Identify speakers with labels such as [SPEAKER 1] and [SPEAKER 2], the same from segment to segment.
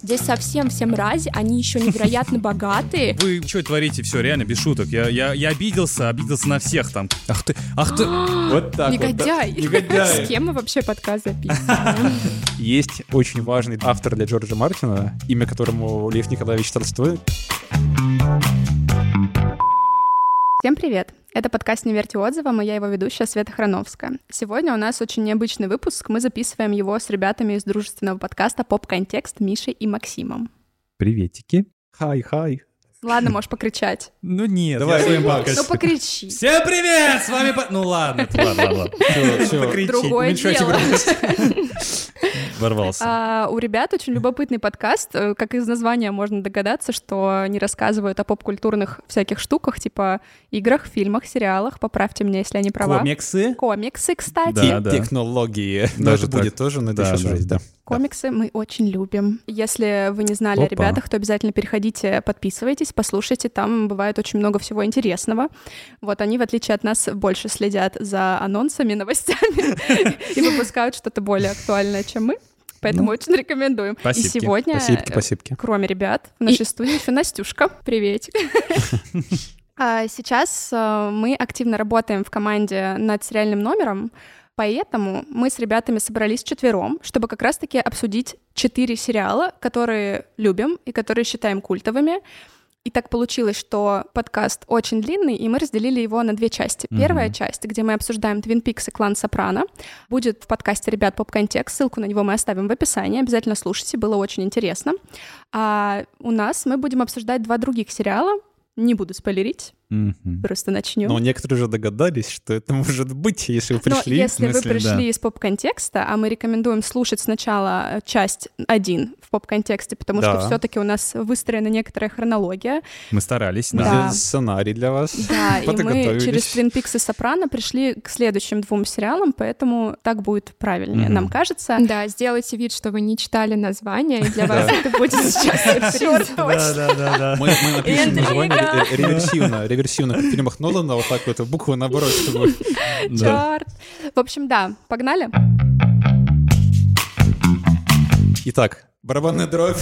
[SPEAKER 1] Здесь совсем все мрази, они еще невероятно богатые.
[SPEAKER 2] Вы что творите? Все, реально, без шуток. Я, я, я обиделся, обиделся на всех там. Ах ты, ах ты.
[SPEAKER 3] Вот так вот, да.
[SPEAKER 1] Негодяй.
[SPEAKER 3] Негодяй.
[SPEAKER 1] С кем мы вообще подкаст записываем?
[SPEAKER 3] Есть очень важный автор для Джорджа Мартина, имя которому Лев Николаевич Толстой.
[SPEAKER 1] Всем привет! Это подкаст «Не верьте отзывам» и я его ведущая Света Храновская. Сегодня у нас очень необычный выпуск. Мы записываем его с ребятами из дружественного подкаста «Поп-контекст» Мишей и Максимом.
[SPEAKER 3] Приветики. Хай-хай.
[SPEAKER 1] Ладно, можешь покричать.
[SPEAKER 2] Ну нет.
[SPEAKER 3] Давай,
[SPEAKER 2] я-
[SPEAKER 3] Сэм Бакс.
[SPEAKER 1] Ну покричи.
[SPEAKER 2] Всем привет! С вами... по- Ну ладно, это ладно, ладно, ладно.
[SPEAKER 3] Всё, всё.
[SPEAKER 2] Покричи.
[SPEAKER 1] Другое
[SPEAKER 3] уменьшайте
[SPEAKER 1] дело.
[SPEAKER 2] Ворвался.
[SPEAKER 1] А, у ребят очень любопытный подкаст. Э, Как из названия можно догадаться, что они рассказывают о поп-культурных всяких штуках, типа играх, фильмах, сериалах. Поправьте меня, если они права.
[SPEAKER 2] Комиксы.
[SPEAKER 1] Комиксы, кстати.
[SPEAKER 2] Да.
[SPEAKER 3] Те- Технологии. Ну,
[SPEAKER 2] Даже
[SPEAKER 3] это будет
[SPEAKER 2] так.
[SPEAKER 3] тоже, но это
[SPEAKER 2] Да,
[SPEAKER 3] еще
[SPEAKER 2] да.
[SPEAKER 3] жесть, да.
[SPEAKER 1] Комиксы мы очень любим. Если вы не знали о
[SPEAKER 2] Опа.
[SPEAKER 1] ребятах, то обязательно переходите, подписывайтесь, послушайте. Там бывает очень много всего интересного. Вот они, в отличие от нас, больше следят за анонсами, новостями и выпускают что-то более актуальное, чем мы. Поэтому очень рекомендуем. И
[SPEAKER 2] Ну, спасибки,
[SPEAKER 1] сегодня, э,
[SPEAKER 3] Спасибки, спасибки.
[SPEAKER 1] кроме ребят, в нашей студии еще Настюшка. Приветик. А Сейчас э, мы активно работаем в команде над сериальным номером, поэтому мы с ребятами собрались четвером, чтобы как раз-таки обсудить четыре сериала, которые любим и которые считаем культовыми. И так получилось, что подкаст очень длинный, и мы разделили его на две части.
[SPEAKER 2] Мгм.
[SPEAKER 1] Первая часть, где мы обсуждаем Твин Пикс и Клан Сопрано, будет в подкасте «Ребят, поп-контекст». Ссылку на него мы оставим в описании. Обязательно слушайте, было очень интересно. А у нас мы будем обсуждать два других сериала. Не буду спойлерить,
[SPEAKER 2] Мгм.
[SPEAKER 1] просто начнем.
[SPEAKER 3] Но некоторые уже догадались, что это может быть, если вы
[SPEAKER 1] Но
[SPEAKER 3] пришли.
[SPEAKER 1] Ну, если
[SPEAKER 2] в смысле,
[SPEAKER 1] вы пришли
[SPEAKER 2] да.
[SPEAKER 1] из поп-контекста, а мы рекомендуем слушать сначала э, часть 1 в поп-контексте, потому
[SPEAKER 3] Да.
[SPEAKER 1] что все-таки у нас выстроена некоторая хронология.
[SPEAKER 2] Мы старались,
[SPEAKER 3] Мы
[SPEAKER 2] да.
[SPEAKER 1] Да.
[SPEAKER 3] сделали Сценарий для вас.
[SPEAKER 1] Да, и мы
[SPEAKER 3] Подготовились.
[SPEAKER 1] через Твин Пикс и Сопрано пришли к следующим двум сериалам, поэтому так будет правильнее,
[SPEAKER 2] Мгм.
[SPEAKER 1] нам кажется.
[SPEAKER 4] Да, сделайте вид, что вы не читали название, и для вас это будет сейчас сюрприз.
[SPEAKER 2] Да, да, да, да.
[SPEAKER 3] Мы, мы напишем
[SPEAKER 1] Интрига.
[SPEAKER 3] название ре- реверсивно, реверсивно, как в фильмах Нолана, вот так вот буквы наоборот, чтобы...
[SPEAKER 2] Да.
[SPEAKER 1] Чёрт. В общем, да, погнали.
[SPEAKER 3] Итак, «Барабанная дробь».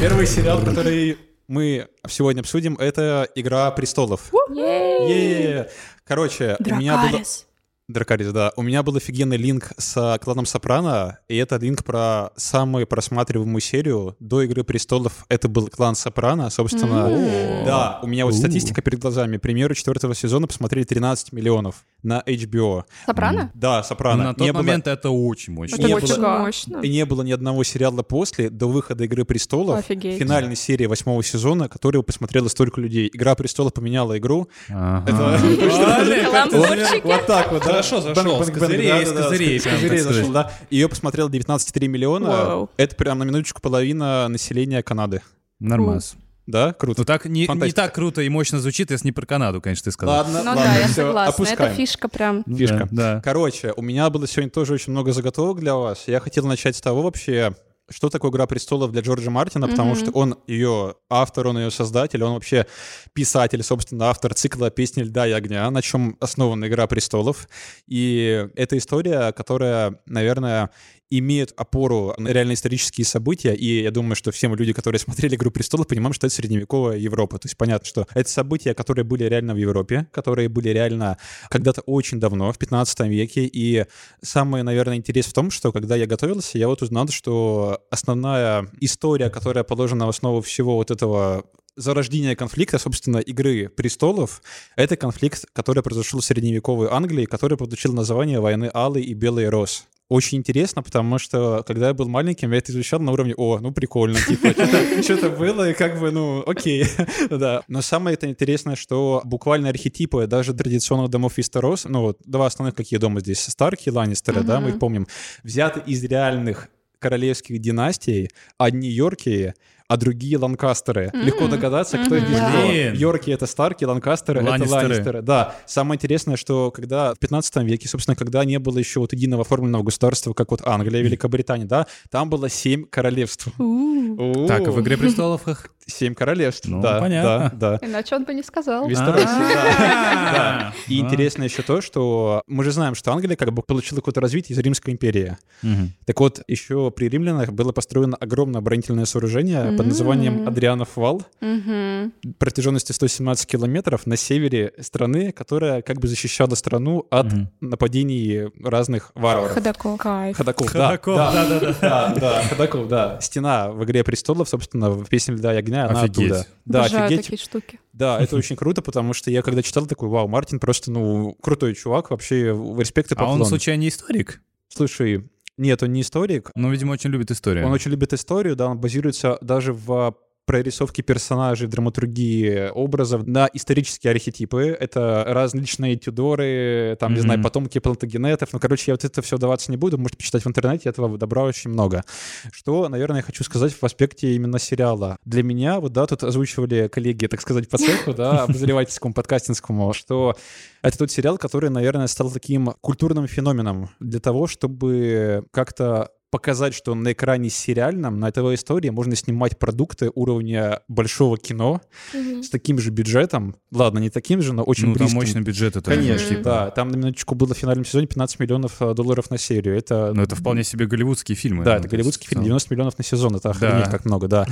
[SPEAKER 3] Первый сериал, который мы сегодня обсудим, это «Игра престолов». Е-е-е. Короче, у меня было...
[SPEAKER 1] Дракарис.
[SPEAKER 3] Дракарис, да. У меня был офигенный линк с э, кланом Сопрано, и это линк про самую просматриваемую серию до «Игры престолов». Это был клан Сопрано, собственно.
[SPEAKER 2] М.
[SPEAKER 3] Да, у меня вот
[SPEAKER 2] У.
[SPEAKER 3] статистика перед глазами. Премьеру четвертого сезона посмотрели 13 миллионов на HBO.
[SPEAKER 1] Сопрано?
[SPEAKER 3] Да, Сопрано.
[SPEAKER 2] На тот
[SPEAKER 3] Не было-
[SPEAKER 2] момент это очень мощно.
[SPEAKER 1] Это
[SPEAKER 3] Не
[SPEAKER 1] очень
[SPEAKER 3] было-
[SPEAKER 1] мощно.
[SPEAKER 3] и не было ни одного сериала после, до выхода «Игры престолов»,
[SPEAKER 1] Офигеть.
[SPEAKER 3] финальной серии восьмого сезона, которую посмотрело столько людей. «Игра престолов» поменяла игру.
[SPEAKER 2] Ага.
[SPEAKER 1] Каламбурчики.
[SPEAKER 3] Вот так вот, да?
[SPEAKER 2] Хорошо зашел,
[SPEAKER 3] Бэнк,
[SPEAKER 2] с
[SPEAKER 3] бэнк,
[SPEAKER 2] козырей,
[SPEAKER 3] бэнк,
[SPEAKER 2] с
[SPEAKER 3] да-да-да,
[SPEAKER 2] козырей,
[SPEAKER 3] с
[SPEAKER 2] прям, так
[SPEAKER 3] козырей
[SPEAKER 2] сказать.
[SPEAKER 3] зашел, да. Ее посмотрело 19,3 миллиона.
[SPEAKER 1] Вау.
[SPEAKER 3] Это прям на минуточку половина населения Канады.
[SPEAKER 2] Нормас.
[SPEAKER 3] Да?
[SPEAKER 2] Ну
[SPEAKER 3] Круто.
[SPEAKER 2] так не, не
[SPEAKER 3] Фантастика.
[SPEAKER 2] так круто и мощно звучит, если не про Канаду, конечно, ты сказал.
[SPEAKER 3] Ладно,
[SPEAKER 1] Ну
[SPEAKER 3] ладно,
[SPEAKER 1] да, я
[SPEAKER 3] всё,
[SPEAKER 1] согласна. Это
[SPEAKER 3] опускаем.
[SPEAKER 1] фишка прям.
[SPEAKER 2] Ну
[SPEAKER 3] фишка.
[SPEAKER 2] Да. да.
[SPEAKER 3] Короче, у меня было сегодня тоже очень много заготовок для вас. Я хотел начать с того вообще, что такое «Игра престолов» для Джорджа Мартина, потому что он ее автор, он ее создатель, он вообще писатель, собственно, автор цикла «Песни льда и огня», на чем основана «Игра престолов». И это история, которая, наверное, имеет опору на реально исторические события, и я думаю, что все мы люди, которые смотрели «Игру престолов», понимаем, что это средневековая Европа. То есть понятно, что это события, которые были реально в Европе, которые были реально когда-то очень давно, в 15 веке, и самый, наверное, интерес в том, что когда я готовился, я вот узнал, что основная история, которая положена в основу всего вот этого зарождения конфликта, собственно, игры престолов, это конфликт, который произошел в средневековой Англии, который получил название «Войны Алый и Белый Роз». Очень интересно, потому что, когда я был маленьким, я это изучал на уровне «О, ну прикольно, типа, что-то было, и как бы, ну, окей». Да. Но самое это интересное, что буквально архетипы даже традиционных домов Вестерос, ну вот два основных какие дома здесь, Старки и Ланнистеры, да, мы их помним, взяты из реальных королевских династий, одни Йорки, а другие ланкастеры.
[SPEAKER 1] М-м.
[SPEAKER 3] Легко догадаться, кто
[SPEAKER 1] Мгм.
[SPEAKER 3] здесь
[SPEAKER 2] Блин.
[SPEAKER 3] кто. Йорки — это Старки, ланкастеры — это
[SPEAKER 2] Ланнистеры.
[SPEAKER 3] Ланнистеры. Да, самое интересное, что когда в 15 веке, собственно, когда не было еще вот единого оформленного государства, как вот Англия, Великобритания, да, там было семь королевств.
[SPEAKER 4] У.
[SPEAKER 2] Так, в
[SPEAKER 3] О,
[SPEAKER 2] «Игре престолов» их?
[SPEAKER 3] Семь королевств,
[SPEAKER 2] Ну,
[SPEAKER 3] да,
[SPEAKER 2] понятно.
[SPEAKER 3] да, да.
[SPEAKER 1] Иначе он бы не сказал.
[SPEAKER 3] Вестеросе,
[SPEAKER 2] А.
[SPEAKER 3] да. И
[SPEAKER 2] Да.
[SPEAKER 3] интересно еще то, что мы же знаем, что Англия как бы получила какое-то развитие из Римской империи.
[SPEAKER 2] Мгм.
[SPEAKER 3] Так вот, еще при римлянах было построено огромное оборонительное сооружение под
[SPEAKER 4] М.
[SPEAKER 3] названием Адрианов вал
[SPEAKER 1] Мгм.
[SPEAKER 3] протяженностью 117 километров на севере страны, которая как бы защищала страну от
[SPEAKER 2] Мгм.
[SPEAKER 3] нападений разных варваров.
[SPEAKER 4] Ходоков. Кайф.
[SPEAKER 3] Ходоков, да,
[SPEAKER 2] Ходоков,
[SPEAKER 3] да,
[SPEAKER 2] да-да-да.
[SPEAKER 3] да, да, Ходоков, да. Стена в «Игре престолов», собственно, в «Песне льда и огня», она
[SPEAKER 2] Офигеть.
[SPEAKER 3] оттуда. Да,
[SPEAKER 4] Обожаю
[SPEAKER 3] офигеть.
[SPEAKER 4] такие штуки.
[SPEAKER 3] Да, это очень круто, потому что я когда читал, такой, вау, Мартин просто, ну, крутой чувак, вообще, в- респект и
[SPEAKER 2] А
[SPEAKER 3] поклон.
[SPEAKER 2] он, случайно, не историк?
[SPEAKER 3] Слушай, нет, он не историк,
[SPEAKER 2] Ну, видимо, очень любит историю.
[SPEAKER 3] он очень любит историю, да, он базируется даже в прорисовке персонажей, в драматургии образов на исторические архетипы. Это различные Тюдоры, там, не знаю,
[SPEAKER 2] Мгм.
[SPEAKER 3] потомки Плантагенетов. Ну, короче, я вот это все даваться не буду, можете почитать в интернете, этого добра очень много. Что, наверное, я хочу сказать в аспекте именно сериала. Для меня, вот, да, тут озвучивали коллеги, так сказать, по цеху, да, обозревательскому, подкастинскому, что это тот сериал, который, наверное, стал таким культурным феноменом для того, чтобы как-то показать, что на экране сериальном, на ТВ истории можно снимать продукты уровня большого кино с таким же бюджетом. Ладно, не таким же, но очень
[SPEAKER 2] Ну, там
[SPEAKER 3] близким.
[SPEAKER 2] мощный бюджет это.
[SPEAKER 3] Конечно,
[SPEAKER 2] типа.
[SPEAKER 3] да. Там на минуточку было в финальном сезоне 15 миллионов э, долларов на серию. Это
[SPEAKER 2] Ну, это вполне себе голливудские фильмы.
[SPEAKER 3] да,
[SPEAKER 2] Ну,
[SPEAKER 3] это
[SPEAKER 2] то есть,
[SPEAKER 3] голливудский фильм,
[SPEAKER 2] в
[SPEAKER 3] 90 миллионов на сезон, это охренеть как много, да.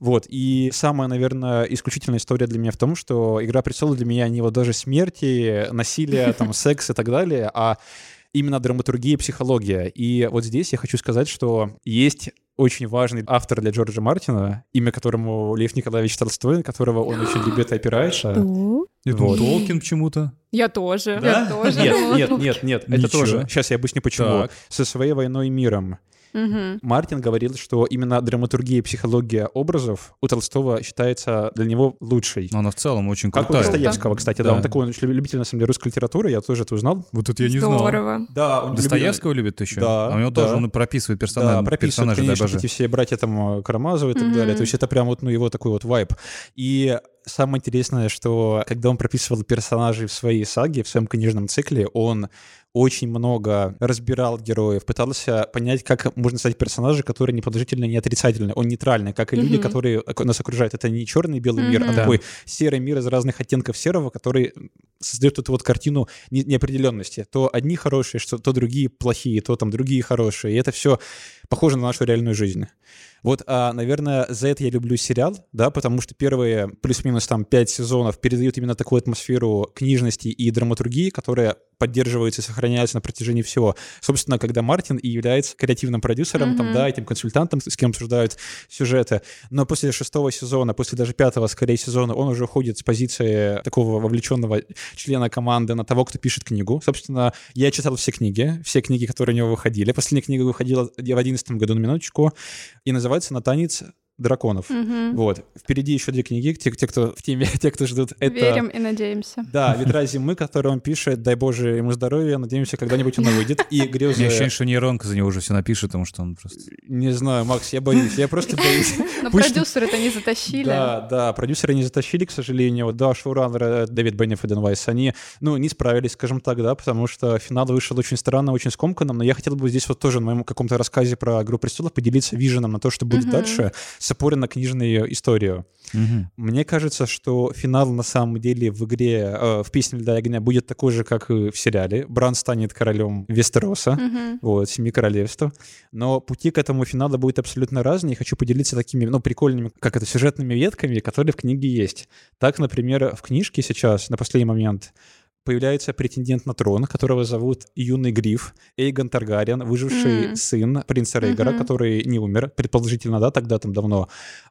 [SPEAKER 3] Вот, и самая, наверное, исключительная история для меня в том, что «Игра престолов» для меня не вот даже смерти, насилие, там, секс и так далее, а именно драматургия и психология. И вот здесь я хочу сказать, что есть очень важный автор для Джорджа Мартина, имя которому Лев Николаевич Толстой, на которого он очень любит и опирается.
[SPEAKER 4] У.
[SPEAKER 2] целом. Я думал,
[SPEAKER 3] Вот.
[SPEAKER 2] Толкин почему-то.
[SPEAKER 4] Я тоже.
[SPEAKER 2] Да?
[SPEAKER 4] Я тоже.
[SPEAKER 3] Нет, нет, нет, нет,
[SPEAKER 2] Ничего.
[SPEAKER 3] это тоже. Сейчас я объясню, почему.
[SPEAKER 2] Так.
[SPEAKER 3] Со своей войной и миром.
[SPEAKER 1] Мгм.
[SPEAKER 3] Мартин говорил, что именно драматургия и психология образов у Толстого считается для него лучшей.
[SPEAKER 2] Но она в целом очень
[SPEAKER 3] Как у
[SPEAKER 2] Ну, крутая.
[SPEAKER 3] Достоевского, кстати, да.
[SPEAKER 2] Да.
[SPEAKER 3] Он такой он очень любитель, на самом деле, русской литературы, я тоже это узнал.
[SPEAKER 2] Вот это я не знал.
[SPEAKER 4] Здорово.
[SPEAKER 3] Да, он
[SPEAKER 2] Достоевского любит еще?
[SPEAKER 3] Да,
[SPEAKER 2] А у него
[SPEAKER 3] да.
[SPEAKER 2] тоже он и прописывает персонажа.
[SPEAKER 3] Да, прописывает,
[SPEAKER 2] персонажа, дай
[SPEAKER 3] конечно,
[SPEAKER 2] боже.
[SPEAKER 3] эти все братья там э, Карамазовы и так
[SPEAKER 1] Мгм.
[SPEAKER 3] далее. То есть это прям вот ну, его такой вот вайб. И самое интересное, что когда он прописывал персонажей в своей саге, в своем книжном цикле, он очень много разбирал героев, пытался понять, как можно стать персонажи, которые не положительные, не отрицательные. Он нейтральный, как и люди,
[SPEAKER 1] Мгм.
[SPEAKER 3] которые ок- нас окружают. Это не черный и белый мир, а
[SPEAKER 1] Мгм.
[SPEAKER 2] Да.
[SPEAKER 3] такой серый мир из разных оттенков серого, который создает эту вот картину не- неопределенности. То одни хорошие, что, то другие плохие, то там другие хорошие. И это все похоже на нашу реальную жизнь. Вот, а, наверное, за это я люблю сериал, да, потому что первые плюс-минус там пять сезонов передают именно такую атмосферу книжности и драматургии, которая поддерживается и сохраняется на протяжении всего. Собственно, когда Мартин и является креативным продюсером, там,
[SPEAKER 1] Мгм.
[SPEAKER 3] да, этим консультантом, с кем обсуждают сюжеты. Но после шестого сезона, после даже пятого, скорее, сезона, он уже уходит с позиции такого вовлеченного члена команды на того, кто пишет книгу. Собственно, я читал все книги, все книги, которые у него выходили. Последняя книга выходила в 2011 году, на минуточку, и называется «На танец драконов».
[SPEAKER 1] Мгм.
[SPEAKER 3] Вот. Впереди еще две книги, те, те, кто в теме, те, кто ждут. Это...
[SPEAKER 1] Верим и надеемся.
[SPEAKER 3] Да, «Ветра зимы», который он пишет, дай боже ему здоровья, надеемся, когда-нибудь она выйдет. И
[SPEAKER 2] У меня ощущение,
[SPEAKER 3] «Грезы»,
[SPEAKER 2] что нейронка за него уже все напишет, потому что он просто...
[SPEAKER 3] не знаю, Макс, я боюсь, я просто боюсь.
[SPEAKER 1] Но
[SPEAKER 3] Пусть-
[SPEAKER 1] продюсеры-то не затащили.
[SPEAKER 3] Да, да, продюсеры не затащили, к сожалению. Да, шоураннеры э, Дэвид Бенниф и Дэн Вайс, они, ну, не справились, скажем так, да, потому что финал вышел очень странно, очень скомканным, но я хотел бы здесь вот тоже на моем каком-то рассказе про «Игру престолов» поделиться виженом на то, что будет
[SPEAKER 1] Мгм.
[SPEAKER 3] дальше, с опорой на книжную историю.
[SPEAKER 2] Мгм.
[SPEAKER 3] Мне кажется, что финал на самом деле в игре э, в песне льда и огня будет такой же, как и в сериале. Бран станет королем Вестероса.
[SPEAKER 1] Мгм.
[SPEAKER 3] Вот, Семи Королевств. Но пути к этому финалу будут абсолютно разные. И хочу поделиться такими, ну, прикольными, как это, сюжетными ветками, которые в книге есть. Так, например, в книжке сейчас, на последний момент, появляется претендент на трон, которого зовут Юный Гриф, Эйгон Таргариен, выживший
[SPEAKER 1] М.
[SPEAKER 3] сын принца Рейгара,
[SPEAKER 1] Мгм.
[SPEAKER 3] который не умер, предположительно, да, тогда там давно.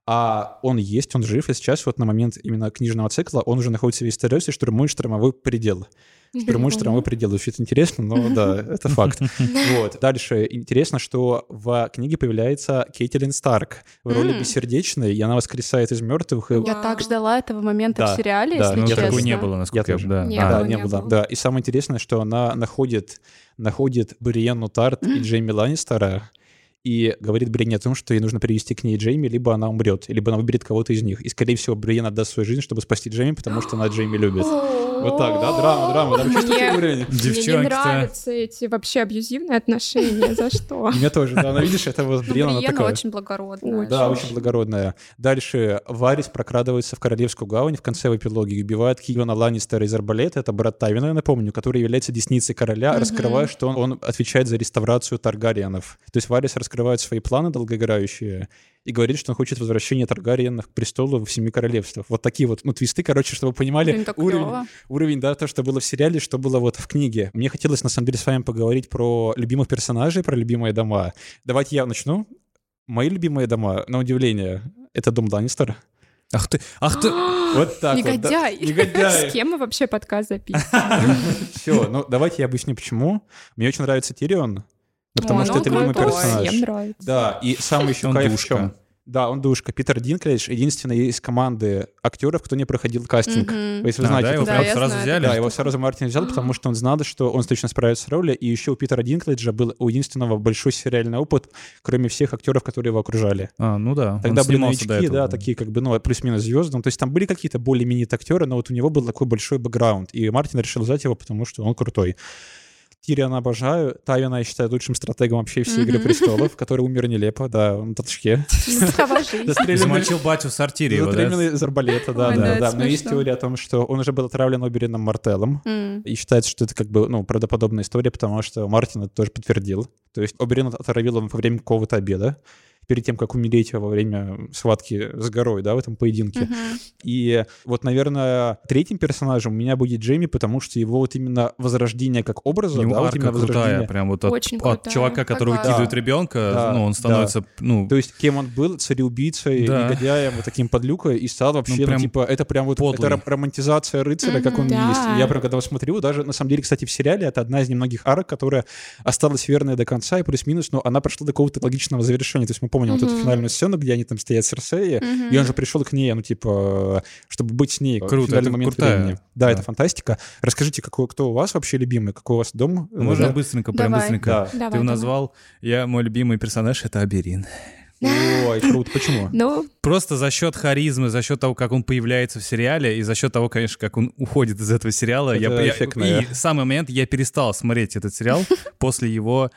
[SPEAKER 3] А он есть, он жив, и сейчас вот на момент именно книжного цикла он уже находится в Вестеросе, штурмует штормовой предел. Штурмует штормовой предел. Звучит интересно, но да, это факт. Вот. Дальше интересно, что в книге появляется Кейтлин Старк в роли
[SPEAKER 1] М.
[SPEAKER 3] бессердечной, и она воскресает из мертвых. и-
[SPEAKER 1] Я
[SPEAKER 4] Вау.
[SPEAKER 1] так ждала этого момента
[SPEAKER 3] Да,
[SPEAKER 1] в сериале,
[SPEAKER 3] да,
[SPEAKER 1] если
[SPEAKER 2] Но
[SPEAKER 3] ну, я
[SPEAKER 1] честно.
[SPEAKER 2] Ну, такой не было, насколько я...
[SPEAKER 3] тоже.
[SPEAKER 2] Да.
[SPEAKER 4] Не
[SPEAKER 2] А,
[SPEAKER 3] Да,
[SPEAKER 4] было,
[SPEAKER 3] не
[SPEAKER 4] не
[SPEAKER 3] было.
[SPEAKER 4] было.
[SPEAKER 3] Да, и самое интересное, что она находит находит Бриенну Тарт и Джейми Ланнистера, и говорит Бриене о том, что ей нужно привести к ней Джейми, либо она умрет, либо она выберет кого-то из них. И, скорее всего, Бриен отдаст свою жизнь, чтобы спасти Джейми, потому что она Джейми любит. Вот так, да? Драма, драма. Там чувствуете
[SPEAKER 4] Мне-
[SPEAKER 3] уровень?
[SPEAKER 4] Мне не
[SPEAKER 2] Девчонки-то.
[SPEAKER 4] нравятся эти вообще абьюзивные отношения. За что?
[SPEAKER 3] Мне тоже, да. Ну, видишь, это вот
[SPEAKER 1] Ну,
[SPEAKER 3] Бриен, она
[SPEAKER 1] Бриена
[SPEAKER 3] такая.
[SPEAKER 1] очень благородная.
[SPEAKER 4] Очень.
[SPEAKER 3] Да, очень благородная. Дальше Варис прокрадывается в Королевскую гавань в конце в эпилоге и убивает Киона Ланнистера из арбалета. Это брат Тайвина, я напомню, который является десницей короля, раскрывая, что он, он отвечает за реставрацию Таргариенов. То есть Варис раскрывает свои планы долгоиграющие и говорит, что он хочет возвращения Таргариенов к престолу в Семи Королевствах. Вот такие вот, ну, твисты, короче, чтобы вы понимали
[SPEAKER 1] Блин, так
[SPEAKER 3] уровень,
[SPEAKER 1] клёво.
[SPEAKER 3] уровень, да, то, что было в сериале, что было вот в книге. Мне хотелось, на самом деле, с вами поговорить про любимых персонажей, про любимые дома. Давайте я начну. Мои любимые дома, на удивление, это дом Ланнистер.
[SPEAKER 2] Ах ты, ах ты.
[SPEAKER 3] Вот так вот. да.
[SPEAKER 1] Негодяй.
[SPEAKER 4] С
[SPEAKER 3] Негодяй.
[SPEAKER 4] кем мы вообще подкаст записываем?
[SPEAKER 3] Все, ну давайте я объясню, почему. Мне очень нравится Тирион, да потому
[SPEAKER 1] О,
[SPEAKER 3] что
[SPEAKER 1] ну,
[SPEAKER 3] это любимый
[SPEAKER 1] крутой.
[SPEAKER 3] персонаж.
[SPEAKER 4] Всем нравится.
[SPEAKER 3] Да, и самый еще
[SPEAKER 2] Он
[SPEAKER 3] кайф в
[SPEAKER 2] душка.
[SPEAKER 3] чём? Да, он душка. Питер Динклейдж единственный из команды актеров, кто не проходил кастинг.
[SPEAKER 1] Мгм.
[SPEAKER 3] Если вы
[SPEAKER 2] А,
[SPEAKER 3] знаете,
[SPEAKER 2] да, его
[SPEAKER 3] кто
[SPEAKER 1] Да,
[SPEAKER 2] прям
[SPEAKER 1] я
[SPEAKER 2] сразу
[SPEAKER 1] знаю,
[SPEAKER 2] взяли.
[SPEAKER 3] Да, его сразу Мартин взял, потому что он знал, что он точно справится с ролью. И еще у Питера Динклейджа был у единственного большой сериальный опыт, кроме всех актеров, которые его окружали.
[SPEAKER 2] А, ну да. он
[SPEAKER 3] Тогда были
[SPEAKER 2] снимался до
[SPEAKER 3] новички,
[SPEAKER 2] этого.
[SPEAKER 3] да, такие как бы, ну, плюс-минус звезды. Ну, то есть там были какие-то более именитые актеры, но вот у него был такой большой бэкграунд. И Мартин решил взять его, потому что он крутой. Тириана обожаю. Тайвина я считаю лучшим стратегом вообще всей Игры Престолов, который умер нелепо, да, он на толчке.
[SPEAKER 1] Такова жизнь.
[SPEAKER 3] Застреленный
[SPEAKER 2] Замочил батю в
[SPEAKER 3] Ну,
[SPEAKER 2] сортире его, да?
[SPEAKER 3] Затременный из арбалета, да,
[SPEAKER 4] Ой, да,
[SPEAKER 3] да,
[SPEAKER 4] это
[SPEAKER 3] да. Но есть
[SPEAKER 4] смешно.
[SPEAKER 3] теория о том, что он уже был отравлен Оберином Мартеллом.
[SPEAKER 1] М.
[SPEAKER 3] И считается, что это как бы, ну, правдоподобная история, потому что Мартин это тоже подтвердил. То есть Оберин отравил его во время какого-то обеда, перед тем, как умереть во время схватки с горой, да, в этом поединке.
[SPEAKER 1] Мгм.
[SPEAKER 3] И вот, наверное, третьим персонажем у меня будет Джейми, потому что его вот именно возрождение как
[SPEAKER 2] У
[SPEAKER 3] образа,
[SPEAKER 2] него
[SPEAKER 3] да, вот
[SPEAKER 2] арка
[SPEAKER 3] именно
[SPEAKER 2] крутая,
[SPEAKER 3] возрождение.
[SPEAKER 2] прям вот от,
[SPEAKER 4] Очень
[SPEAKER 2] от
[SPEAKER 4] крутая.
[SPEAKER 2] чувака, который
[SPEAKER 1] Такая.
[SPEAKER 2] выкидывает
[SPEAKER 3] Да.
[SPEAKER 2] ребенка,
[SPEAKER 3] Да.
[SPEAKER 2] ну, он становится, ну,
[SPEAKER 3] То есть кем он был, цареубийцей,
[SPEAKER 2] Да.
[SPEAKER 3] негодяем, вот таким подлюкой, и стал вообще, ну,
[SPEAKER 2] прям
[SPEAKER 3] типа, это прям вот
[SPEAKER 2] подлый.
[SPEAKER 3] это ром- романтизация рыцаря, как он
[SPEAKER 4] Да.
[SPEAKER 3] есть. И я прям когда его смотрю, даже на самом деле, кстати, в сериале это одна из немногих арок, которая осталась верной до конца и плюс-минус, но она прошла до какого-то логичного завершения. То есть мы помним вот эту
[SPEAKER 4] Мгм.
[SPEAKER 3] финальную сцену, где они там стоят с Серсеей, и он же пришел к ней, ну, типа, чтобы быть с ней
[SPEAKER 2] Круто,
[SPEAKER 3] в финальный
[SPEAKER 2] это
[SPEAKER 3] момент
[SPEAKER 2] крутая.
[SPEAKER 3] времени. Да,
[SPEAKER 2] Да.
[SPEAKER 3] это фантастика. Расскажите, какой, кто у вас вообще любимый, какой у вас дом?
[SPEAKER 2] ну, можно
[SPEAKER 3] Да.
[SPEAKER 2] быстренько, прям
[SPEAKER 1] Давай.
[SPEAKER 2] быстренько.
[SPEAKER 3] Да.
[SPEAKER 4] Давай,
[SPEAKER 2] Ты его
[SPEAKER 4] давай.
[SPEAKER 2] назвал. Я мой любимый персонаж это Аберин.
[SPEAKER 3] Ой, круто. Почему?
[SPEAKER 4] Ну,
[SPEAKER 2] Просто за счет харизмы, за счет того, как он появляется в сериале, и за счет того, конечно, как он уходит из этого сериала. я-
[SPEAKER 3] Это
[SPEAKER 2] я-
[SPEAKER 3] эффектно,
[SPEAKER 2] и самый момент я перестал смотреть этот сериал после его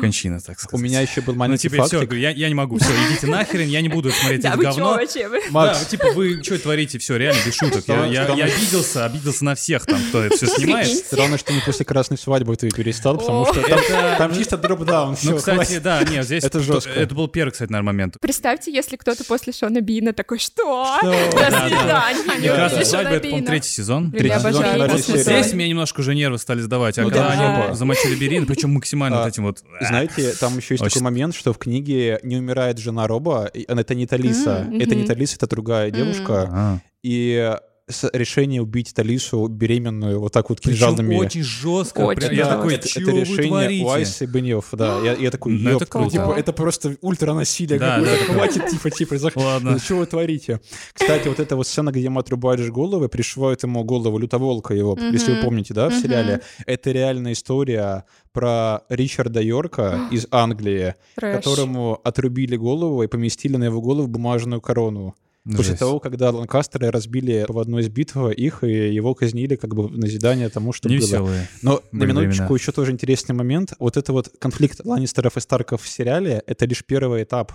[SPEAKER 2] кончины, так
[SPEAKER 3] У
[SPEAKER 2] сказать.
[SPEAKER 3] меня еще был
[SPEAKER 2] ну,
[SPEAKER 3] маленький
[SPEAKER 2] типа, все,
[SPEAKER 3] фактик.
[SPEAKER 2] я, я не могу, все, идите нахрен, я не буду смотреть это
[SPEAKER 4] да а вы чё
[SPEAKER 2] говно.
[SPEAKER 4] вообще? Вы-
[SPEAKER 2] Да,
[SPEAKER 3] Макс,
[SPEAKER 2] вы, типа, вы что творите, все, реально, без шуток. Я,
[SPEAKER 3] Потому-
[SPEAKER 2] я-
[SPEAKER 3] потому
[SPEAKER 2] я
[SPEAKER 3] что-
[SPEAKER 2] обиделся, обиделся на всех там, кто это все снимает.
[SPEAKER 3] Странно, что не после красной свадьбы ты перестал, потому что там, там чисто дропдаун.
[SPEAKER 2] Ну,
[SPEAKER 3] всё,
[SPEAKER 2] кстати,
[SPEAKER 3] хватит.
[SPEAKER 2] да, нет, здесь...
[SPEAKER 3] Это
[SPEAKER 2] то-
[SPEAKER 3] жёстко.
[SPEAKER 2] Это был первый, кстати, наверное, момент.
[SPEAKER 4] Представьте, если кто-то после Шона Бина такой, что?
[SPEAKER 3] Что?
[SPEAKER 4] До
[SPEAKER 2] Да, да.
[SPEAKER 4] свидания.
[SPEAKER 2] И «Красная
[SPEAKER 4] Шона
[SPEAKER 2] свадьба» — это, по-моему,
[SPEAKER 4] Бина.
[SPEAKER 2] третий сезон.
[SPEAKER 4] Блин, я
[SPEAKER 3] Третий
[SPEAKER 4] обожаю
[SPEAKER 3] сезон,
[SPEAKER 4] его
[SPEAKER 3] третья
[SPEAKER 4] смотреть.
[SPEAKER 3] серия.
[SPEAKER 2] Здесь меня немножко уже нервы стали сдавать, а
[SPEAKER 3] Ну
[SPEAKER 2] когда
[SPEAKER 4] да.
[SPEAKER 2] они замочили Берин, причем максимально
[SPEAKER 3] А.
[SPEAKER 2] вот этим вот... э,
[SPEAKER 3] Знаете, там еще есть
[SPEAKER 2] Очень-
[SPEAKER 3] такой момент, что в книге не умирает жена Роба, и она- это не Талиса.
[SPEAKER 4] Мгм.
[SPEAKER 3] Это не Талиса, это другая девушка.
[SPEAKER 2] А.
[SPEAKER 3] И с- решение убить Талису беременную вот так вот
[SPEAKER 2] Причем
[SPEAKER 3] кинжалами.
[SPEAKER 2] очень жестко.
[SPEAKER 4] Очень
[SPEAKER 2] прям я
[SPEAKER 4] жестко.
[SPEAKER 2] такой,
[SPEAKER 3] это,
[SPEAKER 2] чё
[SPEAKER 3] это
[SPEAKER 2] вы
[SPEAKER 3] решение
[SPEAKER 2] творите?
[SPEAKER 3] Уайса и Бенев, да. Я, я такой,
[SPEAKER 2] Ну, это
[SPEAKER 3] ёпта,
[SPEAKER 2] круто.
[SPEAKER 3] типа, это просто ультра насилие.
[SPEAKER 2] Да,
[SPEAKER 3] какое-то.
[SPEAKER 2] да, да.
[SPEAKER 3] хватит, типа, типа, зах-
[SPEAKER 2] Ладно.
[SPEAKER 3] Ну, что вы творите? Кстати, вот эта вот сцена, где ему отрубают же головы, пришивают ему голову лютоволка его, если вы помните, да, в сериале. Это реальная история про Ричарда Йорка из Англии,
[SPEAKER 1] Трэш.
[SPEAKER 3] которому отрубили голову и поместили на его голову бумажную корону.
[SPEAKER 2] Ну,
[SPEAKER 3] После
[SPEAKER 2] жесть.
[SPEAKER 3] того, когда Ланкастеры разбили в одной из битв их, и его казнили как бы в назидание тому, что было.
[SPEAKER 2] Невеселые.
[SPEAKER 3] Но на
[SPEAKER 2] Были
[SPEAKER 3] минуточку
[SPEAKER 2] времена.
[SPEAKER 3] еще тоже интересный момент. Вот это вот конфликт Ланнистеров и Старков в сериале — это лишь первый этап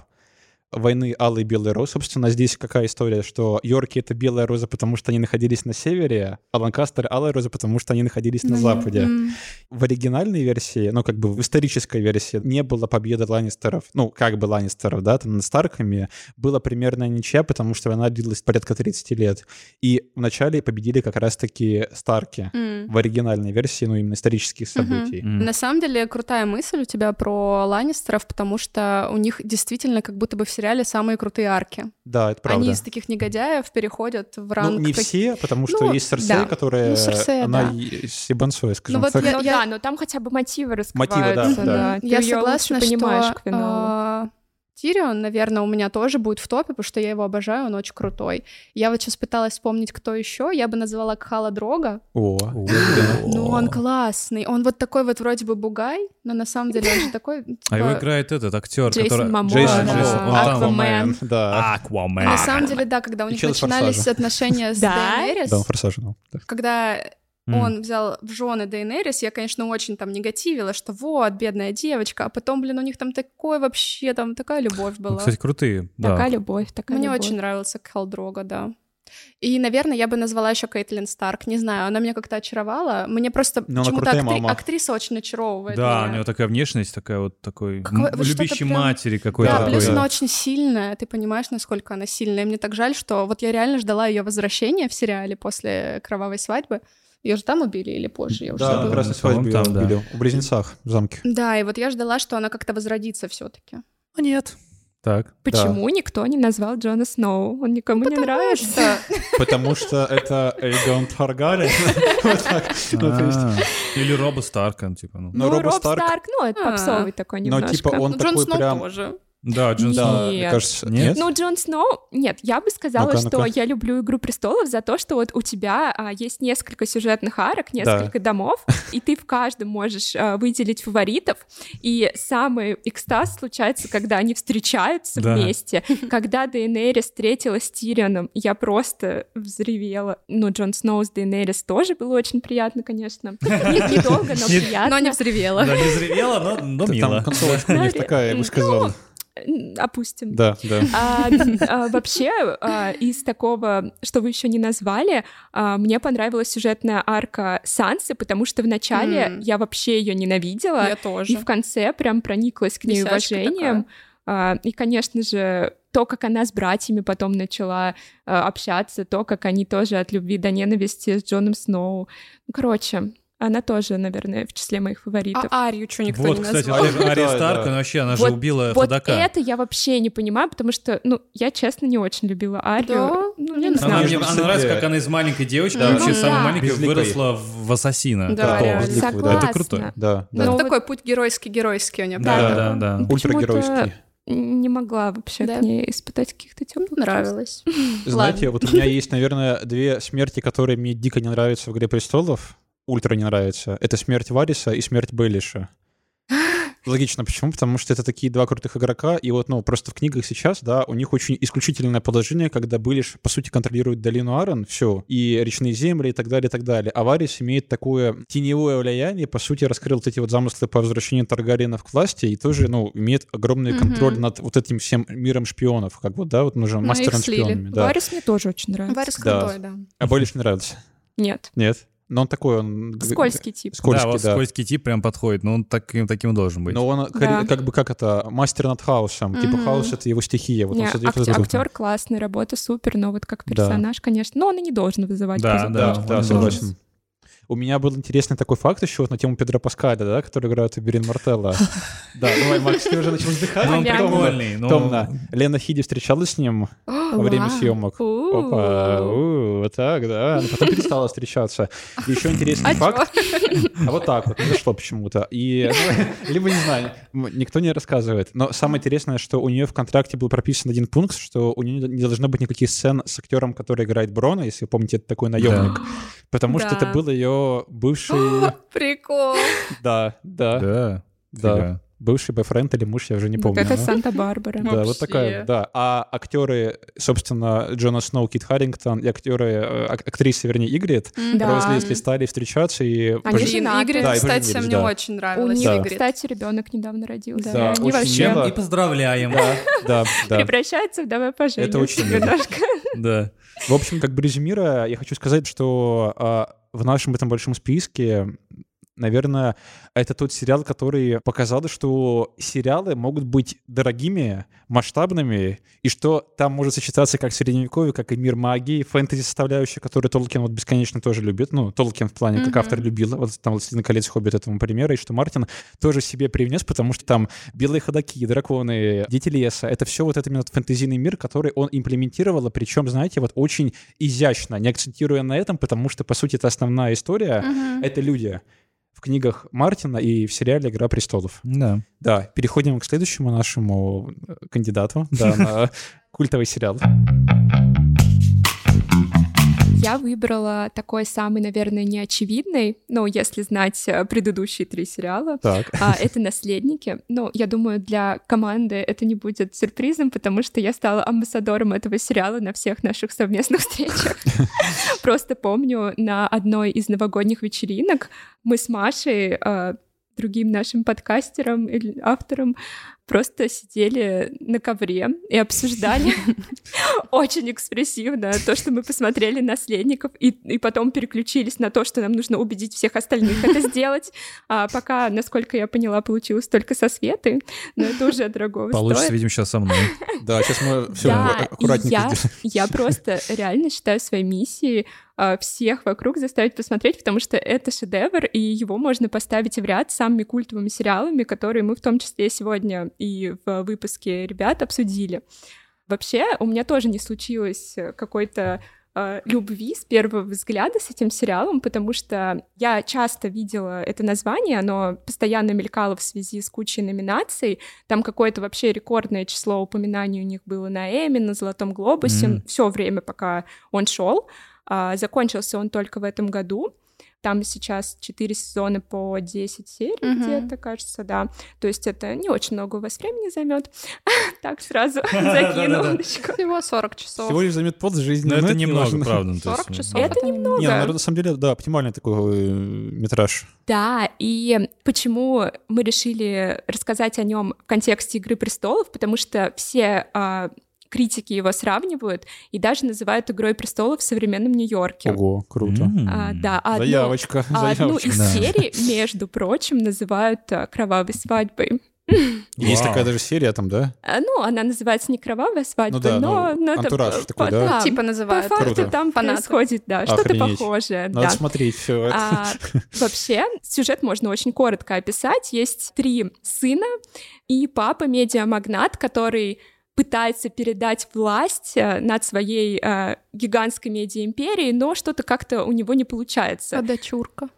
[SPEAKER 3] войны Алый и Белый Роз. Собственно, здесь какая история, что Йорки — это Белая Роза, потому что они находились на севере, а Ланкастеры — Алая Роза, потому что они находились на западе. В оригинальной версии, ну, как бы в исторической версии, не было победы Ланнистеров, ну, как бы Ланнистеров, да, там, над Старками. Была примерная ничья, потому что она длилась порядка 30 лет. И вначале победили как раз-таки Старки
[SPEAKER 1] М.
[SPEAKER 3] в оригинальной версии, ну, именно исторических событий.
[SPEAKER 2] М.
[SPEAKER 1] На самом деле крутая мысль у тебя про Ланнистеров, потому что у них действительно как будто бы в сериале самые крутые арки.
[SPEAKER 3] Да, это правда.
[SPEAKER 1] Они из таких негодяев переходят в ранг...
[SPEAKER 3] ну, не
[SPEAKER 1] так-
[SPEAKER 3] все, потому что
[SPEAKER 1] Ну,
[SPEAKER 3] есть Серсея,
[SPEAKER 1] да.
[SPEAKER 3] которая...
[SPEAKER 1] Ну, Серсея,
[SPEAKER 3] она
[SPEAKER 1] да.
[SPEAKER 3] е- себанцой, скажем
[SPEAKER 1] вот
[SPEAKER 3] так.
[SPEAKER 1] я-
[SPEAKER 4] Ну да, но там хотя бы мотивы
[SPEAKER 3] Мотивы, да, да.
[SPEAKER 4] раскрываются, да. Ты
[SPEAKER 1] Я
[SPEAKER 4] её лучше
[SPEAKER 1] согласна, что
[SPEAKER 4] понимаешь к финалу.
[SPEAKER 1] а, Тирион, наверное, у меня тоже будет в топе, потому что я его обожаю, он очень крутой. Я вот сейчас пыталась вспомнить, кто еще. Я бы назвала Кхала Дрога.
[SPEAKER 3] О,
[SPEAKER 1] Ну, он классный. Он вот такой вот вроде бы бугай, но на самом деле он же такой...
[SPEAKER 2] А его
[SPEAKER 1] типа,
[SPEAKER 2] играет этот актер,
[SPEAKER 4] Джейсон
[SPEAKER 2] который...
[SPEAKER 4] Мамоа,
[SPEAKER 3] Джейсон
[SPEAKER 4] да.
[SPEAKER 2] Джейсон, он там, он-
[SPEAKER 4] Аквамен.
[SPEAKER 3] Да.
[SPEAKER 2] Аквамен.
[SPEAKER 1] На самом деле, да, когда у них
[SPEAKER 3] Еще из
[SPEAKER 1] начинались
[SPEAKER 3] «Форсажа».
[SPEAKER 1] отношения с
[SPEAKER 4] Да?
[SPEAKER 1] Дейнерис,
[SPEAKER 3] Да, он форсаж. ну, да.
[SPEAKER 1] когда
[SPEAKER 2] М.
[SPEAKER 1] он взял в жены Дейнерис, я, конечно, очень там негативила, что вот, бедная девочка, а потом, блин, у них там такое вообще, там такая любовь
[SPEAKER 2] Ну,
[SPEAKER 1] была.
[SPEAKER 2] Кстати, крутые.
[SPEAKER 4] Такая
[SPEAKER 2] Да.
[SPEAKER 4] любовь, такая
[SPEAKER 1] Мне
[SPEAKER 4] любовь.
[SPEAKER 1] очень нравился Кхал Дрога, да. И, наверное, я бы назвала еще Кейтлин Старк. Не знаю, она меня как-то очаровала. Мне просто
[SPEAKER 3] Ну, она
[SPEAKER 1] почему-то
[SPEAKER 3] крутая
[SPEAKER 1] актри-
[SPEAKER 3] мама.
[SPEAKER 1] актриса очень очаровывает.
[SPEAKER 2] Да, у
[SPEAKER 1] меня.
[SPEAKER 2] него такая внешность, такая вот такой
[SPEAKER 1] Какой-
[SPEAKER 2] м,
[SPEAKER 1] вот что-то
[SPEAKER 2] любящей
[SPEAKER 1] прям-
[SPEAKER 2] матери какой-то.
[SPEAKER 1] Да,
[SPEAKER 3] такой,
[SPEAKER 1] плюс
[SPEAKER 3] да.
[SPEAKER 1] она очень сильная, ты понимаешь, насколько она сильная. Мне так жаль, что вот я реально ждала ее возвращения в сериале после кровавой свадьбы. Ее же там убили или позже, я уже
[SPEAKER 3] Да,
[SPEAKER 1] забыла.
[SPEAKER 3] на красной
[SPEAKER 2] По-моему,
[SPEAKER 3] свадьбе
[SPEAKER 2] там,
[SPEAKER 3] его
[SPEAKER 2] да.
[SPEAKER 3] убили. У близнецах в замке.
[SPEAKER 1] Да, и вот я ждала, что она как-то возродится все-таки.
[SPEAKER 2] Нет. Так.
[SPEAKER 4] Почему никто не назвал Джона Сноу? Он никому не нравится.
[SPEAKER 3] Потому что это Эйгон Таргариен. Вот так. Ну, то есть-
[SPEAKER 2] А, Или Роба Старка, ну, типа, ну.
[SPEAKER 3] Но Роба Старк-
[SPEAKER 4] ну, это
[SPEAKER 1] А.
[SPEAKER 4] попсовый такой
[SPEAKER 3] Но
[SPEAKER 4] немножко.
[SPEAKER 3] типа он
[SPEAKER 1] Ну, Джон
[SPEAKER 3] такой
[SPEAKER 1] Сноу
[SPEAKER 3] прям...
[SPEAKER 1] тоже.
[SPEAKER 2] Да, Джон
[SPEAKER 4] Нет.
[SPEAKER 2] Сноу.
[SPEAKER 3] Да, мне
[SPEAKER 4] Нет.
[SPEAKER 3] кажется,
[SPEAKER 2] Нет?
[SPEAKER 3] нет.
[SPEAKER 4] Ну, Джон Сноу, нет, я бы сказала,
[SPEAKER 3] Ну-ка,
[SPEAKER 4] что
[SPEAKER 3] ну-ка.
[SPEAKER 4] я люблю «Игру престолов» за то, что вот у тебя а, есть несколько сюжетных арок, несколько домов, и ты в каждом можешь а, выделить фаворитов, и самый экстаз случается, когда они встречаются
[SPEAKER 2] Да.
[SPEAKER 4] вместе. Когда Дейенерис встретилась с Тирионом, я просто взревела. Ну, Джон Сноу с Дейенерис тоже было очень приятно, конечно. Не- Недолго, но приятно.
[SPEAKER 1] Но не взревела.
[SPEAKER 2] Да, не взревела, но, но
[SPEAKER 3] Там
[SPEAKER 2] мило.
[SPEAKER 3] концовочка у них
[SPEAKER 1] Ну,
[SPEAKER 3] такая, я бы сказал.
[SPEAKER 4] Ну, М, Опустим.
[SPEAKER 3] Да, да.
[SPEAKER 4] А, н- а, Вообще, а, из такого, что вы еще не назвали, а, мне понравилась сюжетная арка Сансы, потому что вначале
[SPEAKER 1] М.
[SPEAKER 4] я вообще ее ненавидела,
[SPEAKER 1] Я
[SPEAKER 4] и
[SPEAKER 1] тоже.
[SPEAKER 4] в конце прям прониклась к ней
[SPEAKER 1] Бесячка
[SPEAKER 4] уважением. А, И, конечно же, то, как она с братьями потом начала э, общаться, то, как они тоже от любви до ненависти с Джоном Сноу. Ну, Короче, она тоже, наверное, в числе моих фаворитов.
[SPEAKER 1] А Арию что никто
[SPEAKER 2] Вот,
[SPEAKER 1] не
[SPEAKER 2] кстати,
[SPEAKER 1] назвал?
[SPEAKER 2] тоже Ария
[SPEAKER 3] Да, да.
[SPEAKER 2] Старк, она вообще, она же
[SPEAKER 4] Вот-
[SPEAKER 2] убила
[SPEAKER 3] э,
[SPEAKER 4] Вот
[SPEAKER 2] ходока.
[SPEAKER 4] это я вообще не понимаю, потому что, ну, я, честно, не очень любила Арию.
[SPEAKER 1] Да?
[SPEAKER 4] Ну,
[SPEAKER 1] не
[SPEAKER 4] не
[SPEAKER 2] Она
[SPEAKER 4] знаю.
[SPEAKER 2] мне
[SPEAKER 3] Она
[SPEAKER 2] она нравится,
[SPEAKER 3] себе-
[SPEAKER 2] как она из маленькой девочки,
[SPEAKER 1] Да.
[SPEAKER 2] вообще
[SPEAKER 1] Ну
[SPEAKER 2] самой
[SPEAKER 4] да.
[SPEAKER 2] маленькой,
[SPEAKER 3] Безликой.
[SPEAKER 2] выросла в в ассасина.
[SPEAKER 1] Да,
[SPEAKER 3] Такого
[SPEAKER 1] реально.
[SPEAKER 3] вот ликвида.
[SPEAKER 4] Согласна.
[SPEAKER 2] Это круто.
[SPEAKER 3] Да,
[SPEAKER 4] Ну,
[SPEAKER 3] да.
[SPEAKER 1] Ну,
[SPEAKER 4] вот-
[SPEAKER 1] такой путь геройский-геройский у нее.
[SPEAKER 2] Да,
[SPEAKER 1] правда?
[SPEAKER 2] да, да. да.
[SPEAKER 3] Ультрагеройский.
[SPEAKER 4] Не могла вообще
[SPEAKER 1] Да.
[SPEAKER 4] к ней испытать каких-то
[SPEAKER 1] Ну,
[SPEAKER 4] теплых
[SPEAKER 1] Нравилось.
[SPEAKER 3] Знаете, вот у меня есть, наверное, две смерти, которые мне дико не нравятся в «Игре престолов», ультра не нравятся. Это смерть Вариса и смерть Беллиша. Логично, почему? Потому что это такие два крутых игрока, и вот, ну, просто в книгах сейчас, да, у них очень исключительное положение, когда Белиш, по сути, контролирует долину Арен, все, и речные земли, и так далее, и так далее. А Варис имеет такое теневое влияние, по сути, раскрыл вот эти вот замыслы по возвращению Таргариенов к власти, и тоже, ну, имеет огромный
[SPEAKER 1] Мгм.
[SPEAKER 3] контроль над вот этим всем миром шпионов, как вот, да, вот нужен
[SPEAKER 1] Ну, их
[SPEAKER 3] мастером
[SPEAKER 1] слили.
[SPEAKER 3] шпионами. Да.
[SPEAKER 4] Варис мне тоже очень нравится.
[SPEAKER 1] Варис
[SPEAKER 3] Да.
[SPEAKER 1] крутой, да.
[SPEAKER 3] А Болиш не нравится?
[SPEAKER 4] Нет.
[SPEAKER 3] Нет. Но он такой, он... г-
[SPEAKER 4] Скользкий тип.
[SPEAKER 3] Скользкий,
[SPEAKER 2] да,
[SPEAKER 3] да.
[SPEAKER 2] вот скользкий тип прям подходит, но он таким, таким должен быть.
[SPEAKER 3] Но он
[SPEAKER 4] Да.
[SPEAKER 3] кори- как бы как это, мастер над хаосом. Типа
[SPEAKER 1] Мгм.
[SPEAKER 3] хаос — это его стихия. Вот ну, он
[SPEAKER 4] Не,
[SPEAKER 3] создает
[SPEAKER 4] акт-
[SPEAKER 3] вот эту-
[SPEAKER 4] актер классный, работа супер, но вот как
[SPEAKER 3] Да.
[SPEAKER 4] персонаж, конечно, но он и не должен вызывать
[SPEAKER 2] Да,
[SPEAKER 4] позитив.
[SPEAKER 3] Да,
[SPEAKER 2] Да,
[SPEAKER 3] да,
[SPEAKER 2] он
[SPEAKER 3] согласен. У меня был интересный такой факт еще вот на тему Педро Паскаля, да, который играет у Берин Мартелла. Да, давай, Макс, ты уже начал вздыхать.
[SPEAKER 2] Но он
[SPEAKER 4] Понятно.
[SPEAKER 2] прикольный. ну. но-
[SPEAKER 3] Томно. Лена Хиди встречалась с ним во время съемок.
[SPEAKER 4] У-у.
[SPEAKER 3] Опа, у, вот так, да. Но потом перестала встречаться. И еще интересный факт. А вот так вот зашло почему-то. И, ну, либо не знаю, м, никто не рассказывает. Но самое интересное, что у нее в контракте был прописан один пункт, что у нее не должно быть никаких сцен с актером, который играет Брона, если вы помните, это такой наемник. Потому что
[SPEAKER 4] Да.
[SPEAKER 3] это был ее бывший,
[SPEAKER 1] Прикол.
[SPEAKER 3] да, да,
[SPEAKER 2] Да.
[SPEAKER 3] да,
[SPEAKER 2] фига. бывший
[SPEAKER 3] бывший бойфренд или муж, я уже не
[SPEAKER 4] Вот
[SPEAKER 3] помню.
[SPEAKER 4] это
[SPEAKER 3] но-
[SPEAKER 4] Санта-Барбара.
[SPEAKER 3] да, вот такая,
[SPEAKER 1] Вообще.
[SPEAKER 3] вот, да. А актеры, собственно, Джона Сноу, Кит Харрингтон и актеры, э, ак- актрисы, вернее, Игрит,
[SPEAKER 4] Да.
[SPEAKER 3] развелись, стали встречаться и...
[SPEAKER 4] Они
[SPEAKER 3] пожи-
[SPEAKER 4] же
[SPEAKER 1] Блин,
[SPEAKER 4] женаты.
[SPEAKER 1] Игорь,
[SPEAKER 3] Да, и
[SPEAKER 1] кстати,
[SPEAKER 3] поженились,
[SPEAKER 1] мне
[SPEAKER 3] да.
[SPEAKER 1] очень
[SPEAKER 4] У
[SPEAKER 1] нравилась
[SPEAKER 4] них,
[SPEAKER 3] Да.
[SPEAKER 1] Игрит.
[SPEAKER 4] кстати, ребенок недавно родился.
[SPEAKER 3] Да,
[SPEAKER 4] и они
[SPEAKER 3] очень
[SPEAKER 4] вообще
[SPEAKER 3] мило.
[SPEAKER 2] И поздравляем.
[SPEAKER 3] Да, да, да.
[SPEAKER 4] превращаются в «Давай поженимся».
[SPEAKER 3] Это очень мило.
[SPEAKER 4] немножко.
[SPEAKER 2] Да.
[SPEAKER 3] В общем, как бы резюмируя, я хочу сказать, что а, в нашем этом большом списке, наверное, это тот сериал, который показал, что сериалы могут быть дорогими, масштабными, и что там может сочетаться как средневековье, как и мир магии, фэнтези-составляющая, которую Толкин вот бесконечно тоже любит. Ну, Толкин в плане, как
[SPEAKER 1] Мгм.
[SPEAKER 3] автор любил. Вот там «Властелин колец» Хоббит этому примера, и что Мартин тоже себе привнес, потому что там белые ходаки, драконы, дети леса. Это все вот этот именно фэнтезийный мир, который он имплементировал, причем, знаете, вот очень изящно, не акцентируя на этом, потому что, по сути, это основная история.
[SPEAKER 1] Мгм.
[SPEAKER 3] Это люди. в книгах Мартина и в сериале «Игра престолов».
[SPEAKER 2] Да.
[SPEAKER 3] Да, переходим к следующему нашему э, кандидату да, на культовый сериал.
[SPEAKER 4] Я выбрала такой самый, наверное, неочевидный, ну, если знать э, предыдущие три сериала.
[SPEAKER 3] Так.
[SPEAKER 4] А, это «Наследники». Ну, я думаю, для команды это не будет сюрпризом, потому что я стала амбассадором этого сериала на всех наших совместных встречах. Просто помню, на одной из новогодних вечеринок мы с Машей, э, другим нашим подкастером или автором, просто сидели на ковре и обсуждали очень экспрессивно то, что мы посмотрели «Наследников», и, и потом переключились на то, что нам нужно убедить всех остальных это сделать. А пока, насколько я поняла, получилось только со Светой, но это уже дорого
[SPEAKER 2] Получится,
[SPEAKER 4] стоит.
[SPEAKER 2] видимо, сейчас со мной.
[SPEAKER 3] Да, сейчас мы все
[SPEAKER 4] Да, и
[SPEAKER 3] э, аккуратненько
[SPEAKER 4] я,
[SPEAKER 3] сделаем.
[SPEAKER 4] я просто реально считаю своей миссией а, всех вокруг заставить посмотреть, потому что это шедевр, и его можно поставить в ряд с самыми культовыми сериалами, которые мы в том числе сегодня и в выпуске «Ребят» обсудили. Вообще, у меня тоже не случилось э, какой-то э, любви с первого взгляда с этим сериалом, потому что я часто видела это название, оно постоянно мелькало в связи с кучей номинаций, там какое-то вообще рекордное число упоминаний у них было на Эми, на Золотом Глобусе,
[SPEAKER 2] Мгм.
[SPEAKER 4] все время, пока он шел. А, закончился он только в этом году. Там сейчас 4 сезона по 10 серий
[SPEAKER 1] Мгм.
[SPEAKER 4] где-то, кажется, да. То есть это не очень много у вас времени займет. Так сразу закину
[SPEAKER 2] Да-да-да.
[SPEAKER 4] удочку.
[SPEAKER 1] Всего 40 часов.
[SPEAKER 3] Всего лишь займет пот жизни.
[SPEAKER 2] Но Ну, это немного,
[SPEAKER 3] важно.
[SPEAKER 2] правда. ну, то есть,
[SPEAKER 1] 40 часов.
[SPEAKER 4] Это
[SPEAKER 1] немного.
[SPEAKER 3] Не,
[SPEAKER 4] Да.
[SPEAKER 3] ну, на самом деле, да, оптимальный такой э, метраж.
[SPEAKER 4] Да, и почему мы решили рассказать о нем в контексте Игры престолов, потому что все а, критики его сравнивают и даже называют Игрой престолов в современном Нью-Йорке.
[SPEAKER 3] Ого, круто.
[SPEAKER 2] М.
[SPEAKER 4] А, да, а одну-
[SPEAKER 3] Заявочка,
[SPEAKER 4] а одну
[SPEAKER 3] заявочка.
[SPEAKER 4] из
[SPEAKER 2] Да.
[SPEAKER 4] серий, между прочим, называют а, кровавой свадьбой.
[SPEAKER 3] Есть
[SPEAKER 2] Вау.
[SPEAKER 3] такая даже серия там, да?
[SPEAKER 4] А, Ну, она называется не кровавая свадьба,
[SPEAKER 3] Ну да,
[SPEAKER 4] но,
[SPEAKER 3] ну,
[SPEAKER 4] но это
[SPEAKER 3] антураж
[SPEAKER 4] по-
[SPEAKER 3] такой, да?
[SPEAKER 4] да,
[SPEAKER 1] Типа
[SPEAKER 4] по
[SPEAKER 1] называют.
[SPEAKER 4] факту
[SPEAKER 3] Круто.
[SPEAKER 4] там
[SPEAKER 1] Фанаты.
[SPEAKER 4] происходит, да, что-то
[SPEAKER 3] Охренеть.
[SPEAKER 4] похожее.
[SPEAKER 3] Надо
[SPEAKER 4] да.
[SPEAKER 3] смотреть все это.
[SPEAKER 4] А, вообще, сюжет можно очень коротко описать. Есть три сына и папа медиамагнат, который пытается передать власть э, над своей э, гигантской медиаимперией, но что-то как-то у него не получается.
[SPEAKER 1] А дочурка.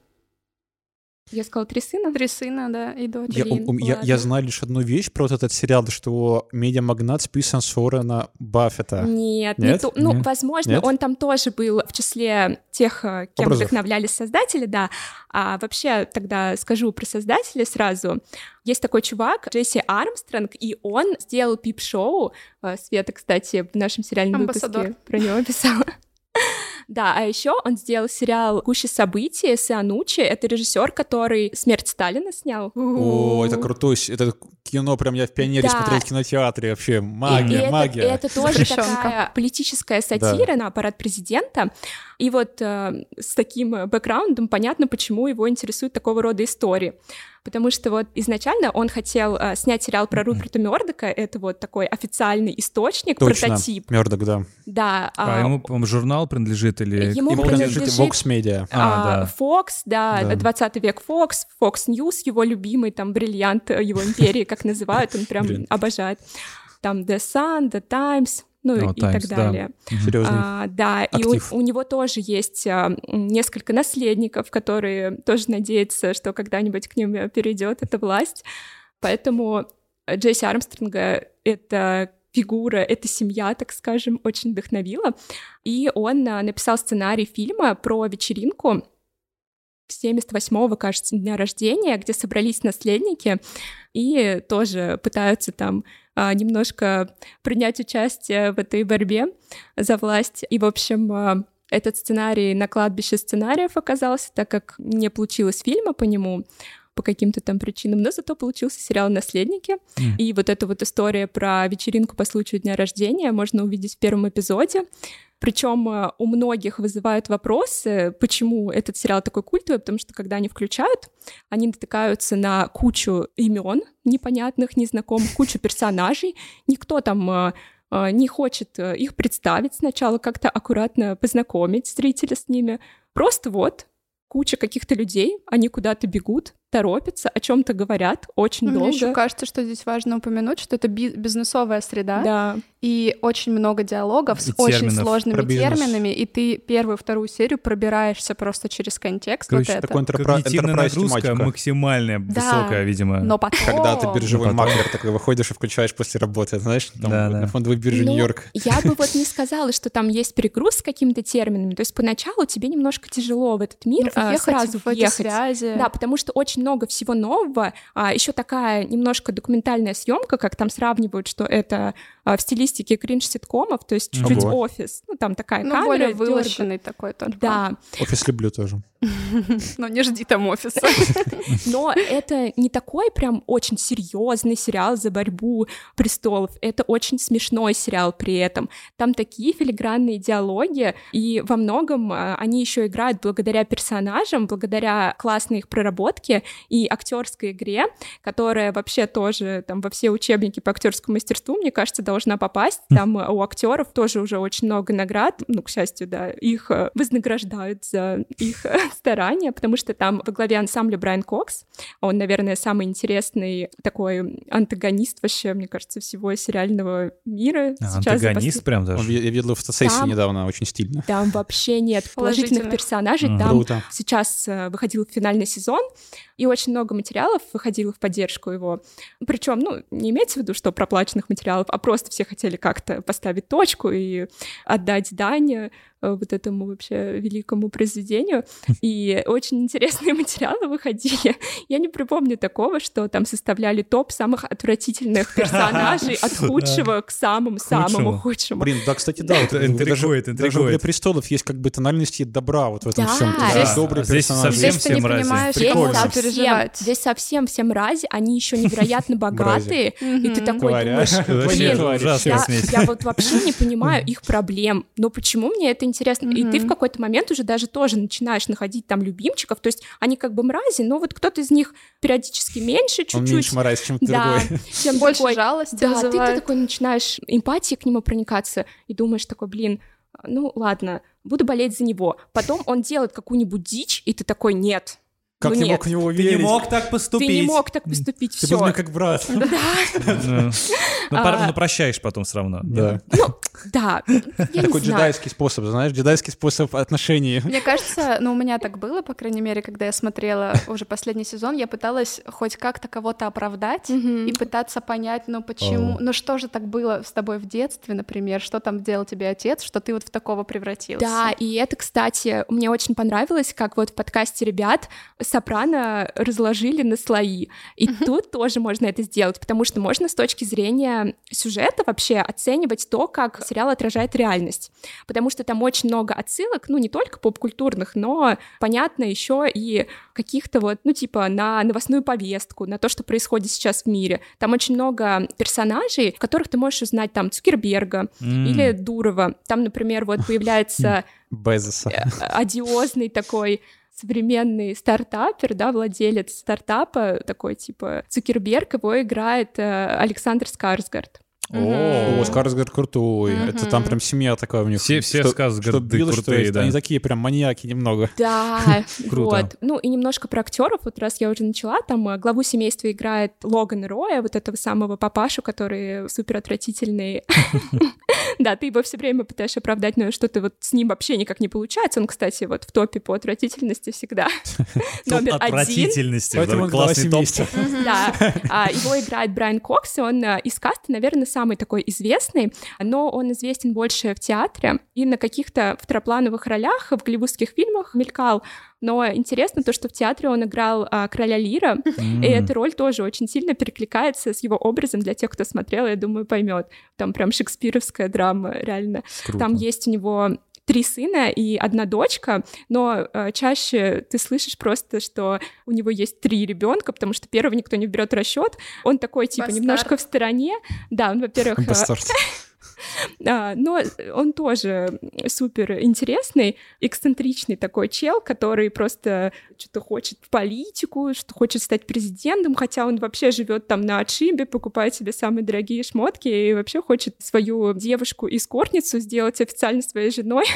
[SPEAKER 4] Я сказала три сына.
[SPEAKER 1] Три сына, да, и дочь.
[SPEAKER 3] Я,
[SPEAKER 4] блин,
[SPEAKER 3] у- у- я, я
[SPEAKER 4] ладно.
[SPEAKER 3] знаю лишь одну вещь про вот этот сериал, что медиамагнат списан с Уоррена Баффета.
[SPEAKER 4] Нет, не
[SPEAKER 3] Нет?
[SPEAKER 4] то- ну,
[SPEAKER 2] Нет?
[SPEAKER 4] возможно,
[SPEAKER 3] Нет?
[SPEAKER 4] он там тоже был в числе тех, э, кем
[SPEAKER 3] Образов.
[SPEAKER 4] вдохновлялись создатели, да. А вообще тогда скажу про создателя сразу. Есть такой чувак Джесси Армстронг, и он сделал пип-шоу. Э, Света, кстати, в нашем сериальном
[SPEAKER 1] Амбассадор.
[SPEAKER 4] выпуске про него писала. Да, а еще он сделал сериал «Гуще событий» с Анучи. Это режиссер, который «Смерть Сталина» снял.
[SPEAKER 3] О, это крутой, с- это кино прям я в пионере
[SPEAKER 4] Ну. Да.
[SPEAKER 3] смотрел в кинотеатре вообще.
[SPEAKER 4] И
[SPEAKER 3] Магия,
[SPEAKER 4] это-
[SPEAKER 3] магия.
[SPEAKER 4] и Это, тоже
[SPEAKER 1] Запрещёнка.
[SPEAKER 4] такая политическая сатира на аппарат президента. И вот э, с таким э, бэкграундом понятно, почему его интересуют такого рода истории. Потому что вот изначально он хотел э, снять сериал про Руперта Мёрдока, это вот такой официальный источник,
[SPEAKER 3] Точно.
[SPEAKER 4] прототип.
[SPEAKER 3] Мёрдок, да.
[SPEAKER 4] Да,
[SPEAKER 2] А
[SPEAKER 4] а,
[SPEAKER 2] ему, по-моему, журнал принадлежит или...
[SPEAKER 4] Ему
[SPEAKER 3] Ему
[SPEAKER 4] принадлежит-
[SPEAKER 3] принадлежит Vox Media.
[SPEAKER 2] А,
[SPEAKER 4] а,
[SPEAKER 2] да.
[SPEAKER 4] Fox, да,
[SPEAKER 3] Да.
[SPEAKER 4] 20 век Fox, Fox News, его любимый там бриллиант э, его империи, как называют, он прям
[SPEAKER 3] Блин.
[SPEAKER 4] обожает. Там The Sun, The Times, ну
[SPEAKER 2] О,
[SPEAKER 4] и
[SPEAKER 2] Times,
[SPEAKER 4] так
[SPEAKER 2] да.
[SPEAKER 4] далее.
[SPEAKER 3] Серьезный.
[SPEAKER 4] А, да,
[SPEAKER 3] актив.
[SPEAKER 4] и у, у него тоже есть а, м, несколько наследников, которые тоже надеются, что когда-нибудь к ним э, перейдет эта власть. Поэтому э, Джесси Армстронга эта фигура, эта семья, так скажем, очень вдохновила. И он а, написал сценарий фильма про вечеринку 78-го, кажется, дня рождения, где собрались наследники и тоже пытаются там а, немножко принять участие в этой борьбе за власть. И, в общем, а, этот сценарий на кладбище сценариев оказался, так как не получилось фильма по нему по каким-то там причинам, но зато получился сериал «Наследники».
[SPEAKER 2] М.
[SPEAKER 4] И вот эта вот история про вечеринку по случаю дня рождения можно увидеть в первом эпизоде. Причем у многих вызывают вопросы, почему этот сериал такой культовый, потому что когда они включают, они натыкаются на кучу имен непонятных, незнакомых, кучу персонажей. Никто там э, э, не хочет э, их представить сначала, как-то аккуратно познакомить зрителя с ними. Просто вот куча каких-то людей, они куда-то бегут, торопятся, о чем-то говорят очень
[SPEAKER 1] Мне
[SPEAKER 4] долго.
[SPEAKER 1] еще кажется, что здесь важно упомянуть, что это би- бизнесовая среда,
[SPEAKER 4] да.
[SPEAKER 1] и очень много диалогов с
[SPEAKER 2] И
[SPEAKER 1] очень
[SPEAKER 2] терминов
[SPEAKER 1] сложными
[SPEAKER 3] про бизнес.
[SPEAKER 1] терминами, и ты первую, вторую серию пробираешься просто через контекст
[SPEAKER 2] Короче,
[SPEAKER 1] вот это.
[SPEAKER 3] Такой enterprise
[SPEAKER 2] Когнитивная нагрузка
[SPEAKER 3] тематика.
[SPEAKER 2] максимальная, высокая, видимо.
[SPEAKER 1] Но потом...
[SPEAKER 3] Когда ты биржевой
[SPEAKER 2] Ну, потом.
[SPEAKER 3] маклер такой выходишь и включаешь после работы, знаешь, там
[SPEAKER 2] Да,
[SPEAKER 3] вот
[SPEAKER 2] да.
[SPEAKER 3] на фондовой бирже
[SPEAKER 4] Ну,
[SPEAKER 3] Нью-Йорк.
[SPEAKER 4] Я бы вот не сказала, что там есть перегруз с какими-то терминами. То есть поначалу тебе немножко тяжело в этот
[SPEAKER 1] Ну,
[SPEAKER 4] мир а,
[SPEAKER 1] въехать
[SPEAKER 4] сразу
[SPEAKER 1] в эти
[SPEAKER 4] въехать.
[SPEAKER 1] связи.
[SPEAKER 4] Да, потому что очень много всего нового. еще такая немножко документальная съемка, как там сравнивают, что это а, в стилистике кринж-ситкомов, то есть чуть-чуть
[SPEAKER 3] Ого.
[SPEAKER 4] офис. Ну, там такая
[SPEAKER 1] Ну,
[SPEAKER 4] камера.
[SPEAKER 1] более
[SPEAKER 4] дёргает.
[SPEAKER 1] вылощенный такой только.
[SPEAKER 4] Да,
[SPEAKER 3] Офис люблю тоже.
[SPEAKER 1] Но не жди там офиса.
[SPEAKER 4] но это не такой прям очень серьезный сериал за борьбу престолов. Это очень смешной сериал при этом. Там такие филигранные диалоги, и во многом а, они еще играют благодаря персонажам, благодаря классной их проработке и актерской игре, которая вообще тоже там во все учебники по актерскому мастерству, мне кажется, должна попасть.
[SPEAKER 2] Хм.
[SPEAKER 4] Там э, у актеров тоже уже очень много наград, ну, к счастью, да, их э, вознаграждают за их э, старания, потому что там во главе ансамбля Брайан Кокс, он, наверное, самый интересный такой антагонист вообще, мне кажется, всего сериального мира.
[SPEAKER 2] А,
[SPEAKER 4] Сейчас за
[SPEAKER 2] Антагонист прям даже.
[SPEAKER 3] Я видел в фотосессии
[SPEAKER 4] Там-
[SPEAKER 3] недавно, очень стильно.
[SPEAKER 4] Там вообще нет положительных
[SPEAKER 1] Положительных.
[SPEAKER 4] персонажей,
[SPEAKER 2] Мгм.
[SPEAKER 4] там
[SPEAKER 3] Круто.
[SPEAKER 4] сейчас э, выходил финальный сезон, и очень много материалов выходило в поддержку его. Причем, ну, не имеется в виду, что проплаченных материалов, а просто все хотели как-то поставить точку и отдать дань э, вот этому вообще великому произведению. И очень интересные материалы выходили. Я не припомню такого, что там составляли топ самых отвратительных персонажей от худшего к самым-самому
[SPEAKER 2] худшему.
[SPEAKER 4] худшему.
[SPEAKER 3] Блин, да, кстати, да, вот
[SPEAKER 2] Это
[SPEAKER 3] даже-
[SPEAKER 2] интригует,
[SPEAKER 3] Даже в «Игре
[SPEAKER 2] интригует.
[SPEAKER 3] престолов» есть как бы тональности добра вот в этом
[SPEAKER 4] Да.
[SPEAKER 3] всем.
[SPEAKER 1] Да.
[SPEAKER 3] Здесь
[SPEAKER 1] Здесь-
[SPEAKER 3] добрый
[SPEAKER 2] здесь
[SPEAKER 3] персонаж.
[SPEAKER 2] совсем-
[SPEAKER 1] Здесь ты не
[SPEAKER 2] мрази.
[SPEAKER 1] понимаешь,
[SPEAKER 4] Здесь
[SPEAKER 1] чем
[SPEAKER 3] Прикольно.
[SPEAKER 1] надо
[SPEAKER 4] совсем,
[SPEAKER 1] переживать.
[SPEAKER 4] здесь совсем все мрази, они еще невероятно богатые, и ты
[SPEAKER 1] Мгм.
[SPEAKER 4] такой думаешь,
[SPEAKER 2] Вообще
[SPEAKER 4] блин,
[SPEAKER 3] творишь.
[SPEAKER 2] ужасная
[SPEAKER 4] я,
[SPEAKER 2] смесь.
[SPEAKER 4] я вот вообще не понимаю их проблем, но почему мне это интересно? И ты в
[SPEAKER 1] Мгм.
[SPEAKER 4] какой-то момент уже даже тоже начинаешь находить там любимчиков, то есть они как бы мрази, но вот кто-то из них периодически меньше,
[SPEAKER 3] Он меньше
[SPEAKER 4] чуть-чуть,
[SPEAKER 3] мразь, чем
[SPEAKER 4] да,
[SPEAKER 3] другой.
[SPEAKER 4] чем
[SPEAKER 1] Больше
[SPEAKER 4] другой.
[SPEAKER 1] жалости
[SPEAKER 4] Да, ты, ты
[SPEAKER 1] вызывает.
[SPEAKER 4] такой начинаешь эмпатии к нему проникаться и думаешь такой, блин, ну ладно, буду болеть за него. Потом он делает какую-нибудь дичь, и ты такой, нет,
[SPEAKER 3] Как
[SPEAKER 4] ну
[SPEAKER 3] я
[SPEAKER 4] нет.
[SPEAKER 3] мог в него
[SPEAKER 2] Ты не
[SPEAKER 3] верить?
[SPEAKER 2] мог так
[SPEAKER 4] ты
[SPEAKER 2] поступить.
[SPEAKER 4] не мог так поступить,
[SPEAKER 3] Ты
[SPEAKER 4] все.
[SPEAKER 3] был мне как брат.
[SPEAKER 2] Ну, ну, пар-
[SPEAKER 4] А.
[SPEAKER 2] ну, прощаешь потом все равно.
[SPEAKER 3] Да.
[SPEAKER 4] Да, ну, я не
[SPEAKER 3] Такой
[SPEAKER 4] знаю.
[SPEAKER 3] джедайский способ, знаешь, джедайский способ отношений.
[SPEAKER 1] Мне кажется, ну у меня так было, по крайней мере, когда я смотрела уже последний сезон, я пыталась хоть как-то кого-то оправдать
[SPEAKER 4] Мгм.
[SPEAKER 1] и пытаться понять, ну почему,
[SPEAKER 2] Оу.
[SPEAKER 1] ну что же так было с тобой в детстве, например, что там делал тебе отец, что ты вот в такого превратился.
[SPEAKER 4] Да, и это, кстати, мне очень понравилось, как вот в подкасте ребят Сопрано разложили на слои. И тут тоже можно это сделать, потому что можно с точки зрения сюжета вообще оценивать то, как сериал отражает реальность. Потому что там очень много отсылок, ну, не только поп-культурных, но, понятно, еще и каких-то вот, ну, типа, на новостную повестку, на то, что происходит сейчас в мире. Там очень много персонажей, в которых ты можешь узнать там Цукерберга,
[SPEAKER 2] М.
[SPEAKER 4] или Дурова. Там, например, вот появляется
[SPEAKER 3] Безоса.
[SPEAKER 4] э, одиозный такой современный стартапер, да, владелец стартапа, такой типа Цукерберг, его играет э, Александр Скарсгард.
[SPEAKER 2] О,
[SPEAKER 3] О, Скарсгард крутой. Это там прям семья такая у них.
[SPEAKER 2] Все- все
[SPEAKER 3] Что-
[SPEAKER 2] Скарсгарды
[SPEAKER 3] что Билл, что
[SPEAKER 2] крутые,
[SPEAKER 3] Эйст.
[SPEAKER 2] да.
[SPEAKER 3] Они такие прям маньяки немного.
[SPEAKER 4] Да,
[SPEAKER 2] Круто.
[SPEAKER 4] вот. Ну и немножко про актеров. Вот раз я уже начала, там э, главу семейства играет Логан Роя, вот этого самого папашу, который супер отвратительный. Да, ты его все время пытаешься оправдать, но что-то вот с ним вообще никак не получается. Он, кстати, вот в топе по отвратительности всегда номер один.
[SPEAKER 2] отвратительности.
[SPEAKER 3] Поэтому
[SPEAKER 2] Да,
[SPEAKER 3] он глава
[SPEAKER 2] Типа, Классный топ.
[SPEAKER 3] семейства.
[SPEAKER 4] Да. А, Его играет Брайан Кокс, и он э, из каста, наверное, самый такой известный, но он известен больше в театре и на каких-то второплановых ролях в голливудских фильмах мелькал. Но интересно то, что в театре он играл а, короля Лира,
[SPEAKER 2] М.
[SPEAKER 4] и эта роль тоже очень сильно перекликается с его образом для тех, кто смотрел, я думаю, поймет. Там прям шекспировская драма, реально.
[SPEAKER 2] Круто.
[SPEAKER 4] Там есть у него три сына и одна дочка, но э, чаще ты слышишь просто, что у него есть три ребенка, потому что первого никто не берет расчет. Он такой типа
[SPEAKER 1] Бастард.
[SPEAKER 4] немножко в стороне. Да, он, во-первых, э,
[SPEAKER 3] Бастард.
[SPEAKER 4] а, но он тоже супер интересный, эксцентричный такой чел, который просто что-то хочет в политику, что хочет стать президентом, хотя он вообще живет там на отшибе, покупает себе самые дорогие шмотки и вообще хочет свою девушку из корницу сделать официально своей женой.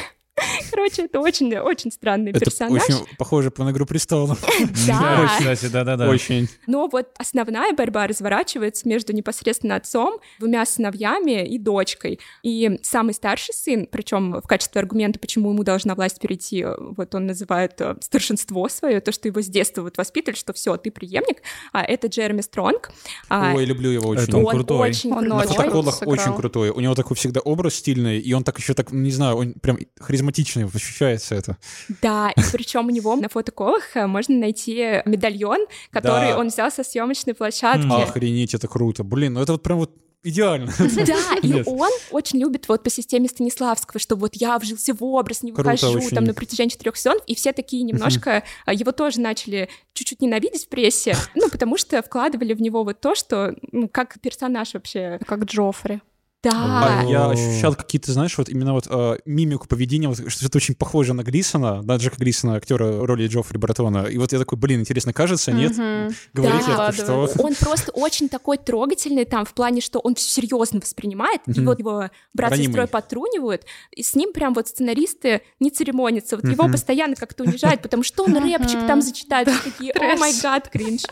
[SPEAKER 4] Короче, это очень, очень странный
[SPEAKER 3] Это
[SPEAKER 4] персонаж.
[SPEAKER 3] очень похоже на «Игру престолов».
[SPEAKER 4] Да.
[SPEAKER 2] кстати, да-да-да.
[SPEAKER 3] Очень.
[SPEAKER 4] Но вот основная борьба разворачивается между непосредственно отцом, двумя сыновьями и дочкой. И самый старший сын, причем в качестве аргумента, почему ему должна власть перейти, э, вот он называет э, старшинство свое, то, что его с детства вот воспитывали, что все, ты преемник, а это Джереми Стронг. А,
[SPEAKER 3] Ой, люблю его
[SPEAKER 2] Это он
[SPEAKER 3] очень.
[SPEAKER 4] он
[SPEAKER 2] крутой.
[SPEAKER 4] очень
[SPEAKER 1] Он
[SPEAKER 4] крутой.
[SPEAKER 3] На
[SPEAKER 1] очень
[SPEAKER 3] фотоколах
[SPEAKER 1] сыграл.
[SPEAKER 3] очень крутой. У него такой всегда образ стильный, и он так еще так, не знаю, он прям харизматичный, ощущается это.
[SPEAKER 4] Да, и причем у него на фотоколах э, можно найти медальон, который
[SPEAKER 3] Да.
[SPEAKER 4] он взял со съемочной площадки.
[SPEAKER 2] М.
[SPEAKER 3] Охренеть, это круто. Блин, ну это вот прям вот идеально.
[SPEAKER 4] Да, и
[SPEAKER 2] Нет.
[SPEAKER 4] он очень любит вот по системе Станиславского, что вот я вжился в образ, не
[SPEAKER 3] Круто
[SPEAKER 4] выхожу
[SPEAKER 3] очень.
[SPEAKER 4] там на протяжении четырех сезонов, и все такие немножко а, его тоже начали чуть-чуть ненавидеть в прессе, ну, потому что вкладывали в него вот то, что, ну, как персонаж вообще.
[SPEAKER 1] Как Джоффри.
[SPEAKER 4] Да,
[SPEAKER 3] А Я
[SPEAKER 2] О.
[SPEAKER 3] ощущал какие-то, знаешь, вот именно вот э, мимику поведения, вот что-то очень похоже на Грисона, на Джека Грисона, актера роли Джоффри Бартона. И вот я такой, блин, интересно, кажется, нет?
[SPEAKER 1] Мгм.
[SPEAKER 3] Говорит,
[SPEAKER 4] Да.
[SPEAKER 3] я такой, что?
[SPEAKER 4] э, он просто очень такой трогательный там в плане, что он все серьезно воспринимает, и
[SPEAKER 3] Мгм.
[SPEAKER 4] вот его брат с
[SPEAKER 3] Ранимый.
[SPEAKER 4] сестрой потрунивают, и с ним прям вот сценаристы не церемонятся, вот его
[SPEAKER 3] Мгм.
[SPEAKER 4] постоянно как-то унижают, потому что он рэпчик там зачитает, все такие, о
[SPEAKER 1] трэш.
[SPEAKER 4] май гад, кринж.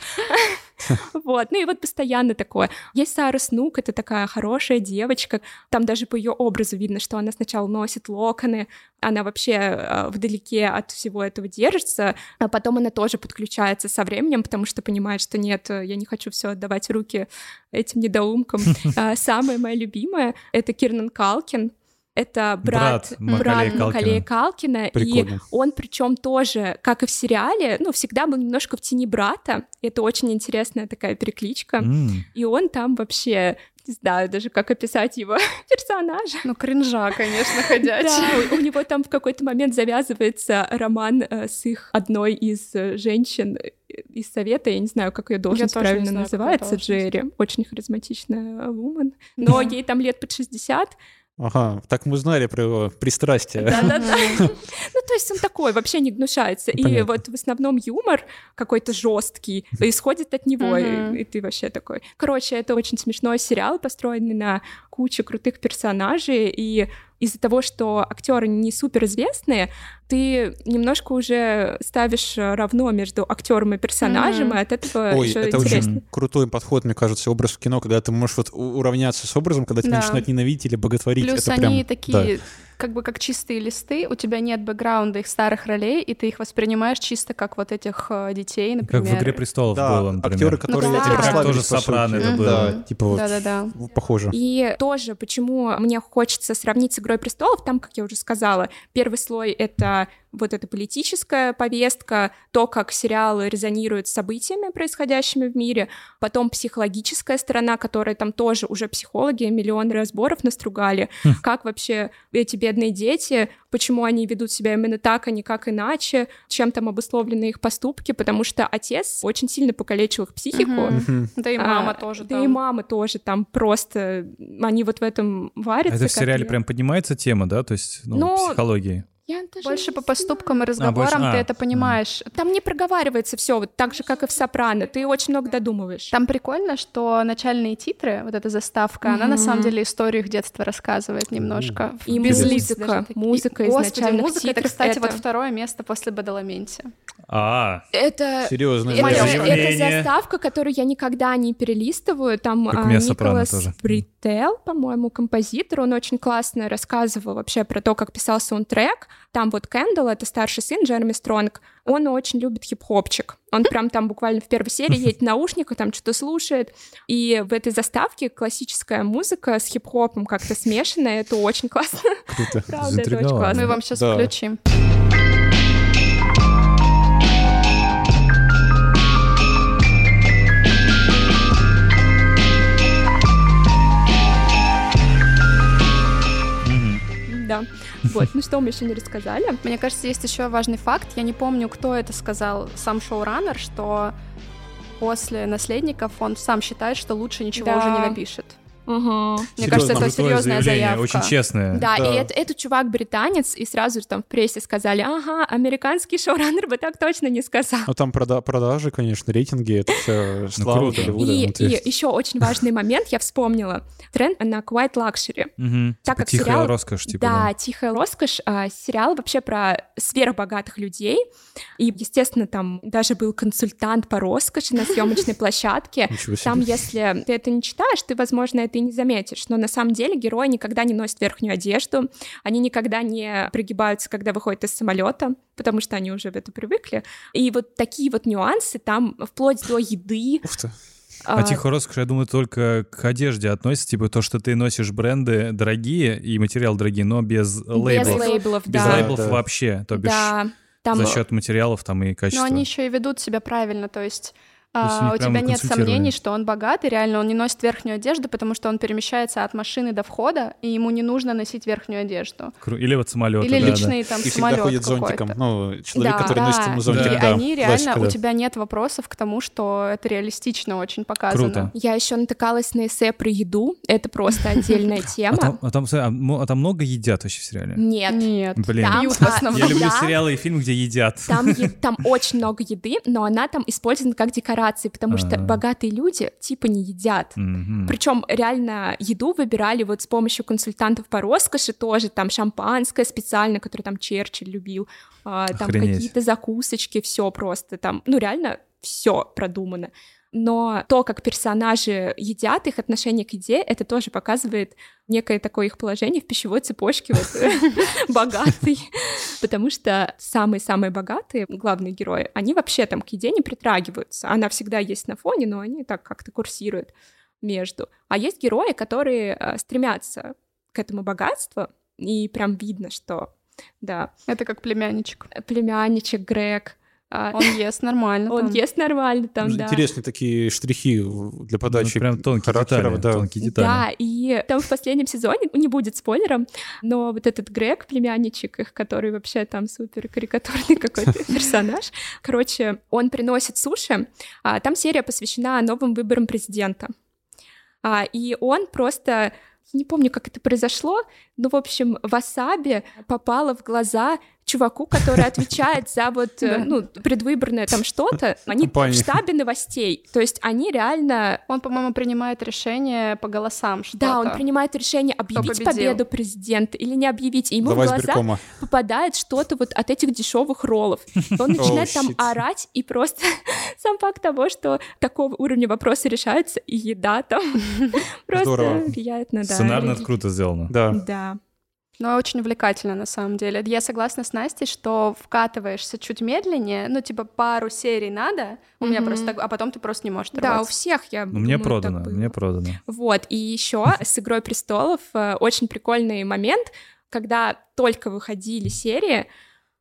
[SPEAKER 4] Вот, ну и вот постоянно такое. Есть Сара Снук, это такая хорошая девочка, там даже по ее образу видно, что она сначала носит локоны, она вообще э, вдалеке от всего этого держится, а потом она тоже подключается со временем, потому что понимает, что нет, э, я не хочу все отдавать в руки этим недоумкам. А Самая моя любимая — это Кирнан Калкин. Это брат,
[SPEAKER 2] Брат Макалея Калкина.
[SPEAKER 4] Макалея Калкина. И
[SPEAKER 3] Прикольно.
[SPEAKER 4] он причем тоже, как и в сериале, ну, всегда был немножко в тени брата. Это очень интересная такая перекличка.
[SPEAKER 2] М.
[SPEAKER 4] И он там вообще, не знаю даже, как описать его персонажа.
[SPEAKER 1] Ну, кринжа, конечно, ходячий.
[SPEAKER 4] Да, у- у него там в какой-то момент завязывается роман э, с их одной из э, женщин э, из совета, я не знаю, как ее должность
[SPEAKER 1] тоже не
[SPEAKER 4] правильно
[SPEAKER 1] знаю, какая
[SPEAKER 4] называется,
[SPEAKER 1] должность.
[SPEAKER 4] Джерри, очень харизматичная вумен, но ей там лет под 60.
[SPEAKER 3] Ага, так мы узнали про его пристрастие.
[SPEAKER 4] Да-да-да. Ну, то есть он такой, вообще не гнушается. И
[SPEAKER 3] Ну, Понятно.
[SPEAKER 4] вот в основном юмор какой-то жесткий исходит от него,
[SPEAKER 1] Мгм.
[SPEAKER 4] и и ты вообще такой. Короче, это очень смешной сериал, построенный на куче крутых персонажей, и из-за того, что актеры не суперизвестные, ты немножко уже ставишь э, равно между актером и персонажем,
[SPEAKER 1] Мгм.
[SPEAKER 4] и от
[SPEAKER 1] Э,
[SPEAKER 4] этого
[SPEAKER 3] Ой,
[SPEAKER 4] еще
[SPEAKER 3] это
[SPEAKER 4] интересно.
[SPEAKER 3] очень крутой подход, мне кажется, образ в кино, когда ты можешь вот у- уравняться с образом, когда тебя
[SPEAKER 1] Да.
[SPEAKER 3] начинают ненавидеть или боготворить.
[SPEAKER 1] Плюс
[SPEAKER 3] это прям-
[SPEAKER 1] они
[SPEAKER 3] да.
[SPEAKER 1] такие, как бы как чистые листы, у тебя нет бэкграунда их старых ролей, и ты их воспринимаешь чисто как вот этих э, детей,
[SPEAKER 2] Как
[SPEAKER 1] например.
[SPEAKER 2] в «Игре престолов»
[SPEAKER 3] Да,
[SPEAKER 2] было, например.
[SPEAKER 3] актеры, которые
[SPEAKER 1] Ну,
[SPEAKER 3] этим
[SPEAKER 1] да. Как
[SPEAKER 3] прославились,
[SPEAKER 2] тоже
[SPEAKER 3] по сути.
[SPEAKER 2] Сопрано это было.
[SPEAKER 3] Да, типа вот
[SPEAKER 1] Да-да-да.
[SPEAKER 3] в- похоже.
[SPEAKER 4] И тоже, почему мне хочется сравнить с «Игрой престолов», там, как я уже сказала, первый слой — это вот эта политическая повестка, то, как сериалы резонируют с событиями, происходящими в мире, потом психологическая сторона, которая там тоже уже психологи миллион разборов настругали, как вообще эти бедные дети, почему они ведут себя именно так, а не как иначе, чем там обусловлены их поступки, потому что отец очень сильно покалечил их психику,
[SPEAKER 1] Мгм.
[SPEAKER 3] Мгм.
[SPEAKER 1] Да и мама
[SPEAKER 4] а,
[SPEAKER 1] тоже
[SPEAKER 4] Да
[SPEAKER 1] там.
[SPEAKER 4] и мама тоже там просто... Они вот в этом варятся.
[SPEAKER 2] Это в
[SPEAKER 4] как
[SPEAKER 2] сериале
[SPEAKER 4] я.
[SPEAKER 2] прям поднимается тема, да? То есть, ну,
[SPEAKER 4] Ну,
[SPEAKER 2] психологии.
[SPEAKER 4] Я даже
[SPEAKER 1] Больше
[SPEAKER 4] не
[SPEAKER 1] по
[SPEAKER 4] знаю.
[SPEAKER 1] поступкам и разговорам
[SPEAKER 2] а,
[SPEAKER 1] ты это понимаешь.
[SPEAKER 4] Там не проговаривается все вот так же, как и в «Сопрано». Ты очень много додумываешь.
[SPEAKER 1] Там прикольно, что начальные титры, вот эта заставка, она на
[SPEAKER 4] Мгм.
[SPEAKER 1] самом деле историю их детства рассказывает немножко.
[SPEAKER 4] И
[SPEAKER 1] Без
[SPEAKER 4] музыка,
[SPEAKER 1] лиц даже таких.
[SPEAKER 4] музыка
[SPEAKER 1] И,
[SPEAKER 4] из
[SPEAKER 1] Господи,
[SPEAKER 4] начальных
[SPEAKER 1] музыка, это,
[SPEAKER 4] титров,
[SPEAKER 1] кстати, вот
[SPEAKER 4] это-
[SPEAKER 1] второе место после Бадаламенти.
[SPEAKER 2] А,
[SPEAKER 4] Это...
[SPEAKER 2] Ну,
[SPEAKER 3] Серьезно.
[SPEAKER 1] Моё
[SPEAKER 4] это-
[SPEAKER 2] мнение.
[SPEAKER 4] это заставка, которую я никогда не перелистываю. Там
[SPEAKER 2] Как у
[SPEAKER 4] а,
[SPEAKER 2] меня «Сопрано»
[SPEAKER 4] Николас
[SPEAKER 2] тоже.
[SPEAKER 4] Брител, по-моему, композитор, он очень классно рассказывал вообще про то, как писал саундтрек. Там вот Кэндалл, это старший сын Джереми Стронг, он очень любит хип-хопчик. Он прям там буквально в первой серии едет в наушниках, там что-то слушает. И в этой заставке классическая музыка с хип-хопом как-то смешанная. Это очень классно.
[SPEAKER 3] Круто.
[SPEAKER 4] Правда, это очень
[SPEAKER 2] Заинтриговал.
[SPEAKER 4] классно.
[SPEAKER 1] Мы вам сейчас
[SPEAKER 3] Да.
[SPEAKER 1] включим.
[SPEAKER 4] Да. Вот. Ну что мы еще не рассказали?
[SPEAKER 1] Мне кажется, есть еще важный факт. Я не помню, кто это сказал, сам шоураннер, что после наследников он сам считает, что лучше ничего
[SPEAKER 4] Да.
[SPEAKER 1] уже не напишет.
[SPEAKER 4] Ага.
[SPEAKER 1] Мне кажется, это
[SPEAKER 2] Крутое
[SPEAKER 1] серьезная
[SPEAKER 2] заявление,
[SPEAKER 1] заявка.
[SPEAKER 2] Очень честное.
[SPEAKER 4] Да,
[SPEAKER 3] Да.
[SPEAKER 4] и это, этот чувак британец, и сразу же там в прессе сказали, ага, американский шоураннер бы так точно не сказал.
[SPEAKER 3] Ну там прода- продажи, конечно, рейтинги, это все слава
[SPEAKER 2] круто.
[SPEAKER 3] Голливуда.
[SPEAKER 4] И,
[SPEAKER 3] ну, то есть-
[SPEAKER 4] еще очень важный момент, я вспомнила, тренд на Quiet Luxury.
[SPEAKER 2] Мгм. Типа
[SPEAKER 4] Так как
[SPEAKER 2] тихая
[SPEAKER 4] сериал-
[SPEAKER 2] роскошь, типа.
[SPEAKER 4] да, «Тихая роскошь» а, сериал вообще про сверхбогатых людей. И, естественно, там даже был консультант по роскоши на съемочной площадке.
[SPEAKER 3] Ничего себе.
[SPEAKER 4] Там, если ты это не читаешь, ты, возможно, это и не заметишь. Но на самом деле герои никогда не носят верхнюю одежду, они никогда не пригибаются, когда выходят из самолета, потому что они уже в это привыкли. И вот такие вот нюансы там вплоть до еды.
[SPEAKER 3] Ух ты.
[SPEAKER 2] А
[SPEAKER 4] а,
[SPEAKER 2] тихая роскошь, я думаю, только к одежде относится, типа то, что ты носишь бренды дорогие и материал дорогие, но без
[SPEAKER 4] без
[SPEAKER 2] лейблов.
[SPEAKER 4] лейблов,
[SPEAKER 2] Без
[SPEAKER 4] да.
[SPEAKER 2] лейблов
[SPEAKER 3] Да, да.
[SPEAKER 2] вообще, то бишь
[SPEAKER 4] да. Там
[SPEAKER 2] за счет материалов там и
[SPEAKER 1] Но
[SPEAKER 2] качества.
[SPEAKER 1] они еще и ведут себя правильно, то есть
[SPEAKER 2] То есть у них
[SPEAKER 1] а, у
[SPEAKER 2] прямо
[SPEAKER 1] тебя нет
[SPEAKER 2] консультирование.
[SPEAKER 1] сомнений, что он богат, и реально он не носит верхнюю одежду, потому что он перемещается от машины до входа, и ему не нужно носить верхнюю одежду.
[SPEAKER 2] Кру- Или вот самолеты.
[SPEAKER 1] Или
[SPEAKER 2] да,
[SPEAKER 1] личный там
[SPEAKER 3] И всегда
[SPEAKER 1] самолет
[SPEAKER 3] ходит
[SPEAKER 1] какой-то.
[SPEAKER 3] зонтиком. Ну, человек,
[SPEAKER 1] Да,
[SPEAKER 3] который
[SPEAKER 1] да.
[SPEAKER 3] носит ему зонтик,
[SPEAKER 1] И
[SPEAKER 2] Да.
[SPEAKER 3] да.
[SPEAKER 1] они
[SPEAKER 3] классика,
[SPEAKER 1] реально, у
[SPEAKER 3] да.
[SPEAKER 1] тебя нет вопросов к тому, что это реалистично очень
[SPEAKER 4] ну,
[SPEAKER 1] показано.
[SPEAKER 2] Круто.
[SPEAKER 4] Я еще натыкалась на эссе про еду. Это просто отдельная
[SPEAKER 2] А там,
[SPEAKER 4] тема.
[SPEAKER 2] а там, а м- а там много едят вообще в сериале?
[SPEAKER 4] Нет.
[SPEAKER 1] Нет.
[SPEAKER 2] Блин.
[SPEAKER 4] Там,
[SPEAKER 1] Пьют в
[SPEAKER 4] а,
[SPEAKER 1] основном.
[SPEAKER 2] Я люблю
[SPEAKER 4] Да.
[SPEAKER 2] сериалы и фильмы, где едят.
[SPEAKER 4] Там, е- там очень много еды, но она там использована как декорация, потому что
[SPEAKER 2] Ага.
[SPEAKER 4] богатые люди типа не едят.
[SPEAKER 2] Мгм.
[SPEAKER 4] Причем реально еду выбирали вот с помощью консультантов по роскоши тоже, там шампанское специально, которое там Черчилль любил, а, там
[SPEAKER 2] Охренеть.
[SPEAKER 4] какие-то закусочки, все просто там, ну реально все продумано. Но то, как персонажи едят, их отношение к еде, это тоже показывает некое такое их положение в пищевой цепочке вот, богатой. Потому что самые-самые богатые, главные герои, они вообще там к еде не притрагиваются. Она всегда есть на фоне, но они так как-то курсируют между. А есть герои, которые э, стремятся к этому богатству, и прям видно, что, да,
[SPEAKER 1] Это как племянничек.
[SPEAKER 4] племянничек Грег, э,
[SPEAKER 1] Он ест нормально.
[SPEAKER 4] он
[SPEAKER 1] там.
[SPEAKER 4] ест нормально там, да.
[SPEAKER 3] Ну, Интересные такие штрихи в- для
[SPEAKER 2] Ну,
[SPEAKER 3] подачи
[SPEAKER 2] прям тонкие
[SPEAKER 3] характера,
[SPEAKER 2] детали,
[SPEAKER 3] да.
[SPEAKER 2] тонкие детали.
[SPEAKER 4] Да, и там в последнем сезоне, ну, не будет спойлером, но вот этот Грег, племянничек их, который вообще там супер карикатурный какой-то персонаж, короче, он приносит суши, а, там серия посвящена новым выборам президента. А, И он просто, не помню, как это произошло, но, в общем, васаби попало в глаза чуваку, который отвечает за вот, э,
[SPEAKER 1] Да.
[SPEAKER 4] ну, предвыборное там что-то, они в
[SPEAKER 3] Компания.
[SPEAKER 4] штабе новостей, то есть они реально
[SPEAKER 1] Он, по-моему, принимает решение по голосам что-то.
[SPEAKER 4] да, он принимает решение объявить
[SPEAKER 1] победил?
[SPEAKER 4] победу президента или не объявить, и ему
[SPEAKER 3] Давай
[SPEAKER 4] в глаза
[SPEAKER 3] сберкома.
[SPEAKER 4] попадает что-то вот от этих дешевых роллов. И Он начинает там
[SPEAKER 3] щит.
[SPEAKER 4] орать, и просто сам факт того, что такого уровня вопросы решаются, и еда там просто
[SPEAKER 3] Здорово.
[SPEAKER 4] влияет на да,
[SPEAKER 2] Сценарно это
[SPEAKER 4] люди.
[SPEAKER 2] круто сделано.
[SPEAKER 3] Да.
[SPEAKER 4] Да.
[SPEAKER 1] Но очень увлекательно, на самом деле. Я согласна с Настей, что вкатываешься чуть медленнее, ну, типа, пару серий надо, у меня
[SPEAKER 4] Мгм.
[SPEAKER 1] просто так- а потом ты просто не можешь
[SPEAKER 4] Да, у
[SPEAKER 1] оторваться.
[SPEAKER 4] всех я
[SPEAKER 2] Ну, мне
[SPEAKER 4] думаю, так
[SPEAKER 2] продано,
[SPEAKER 4] было.
[SPEAKER 2] мне продано.
[SPEAKER 4] Вот, и еще с «Игрой престолов» э, очень прикольный момент, когда только выходили серии,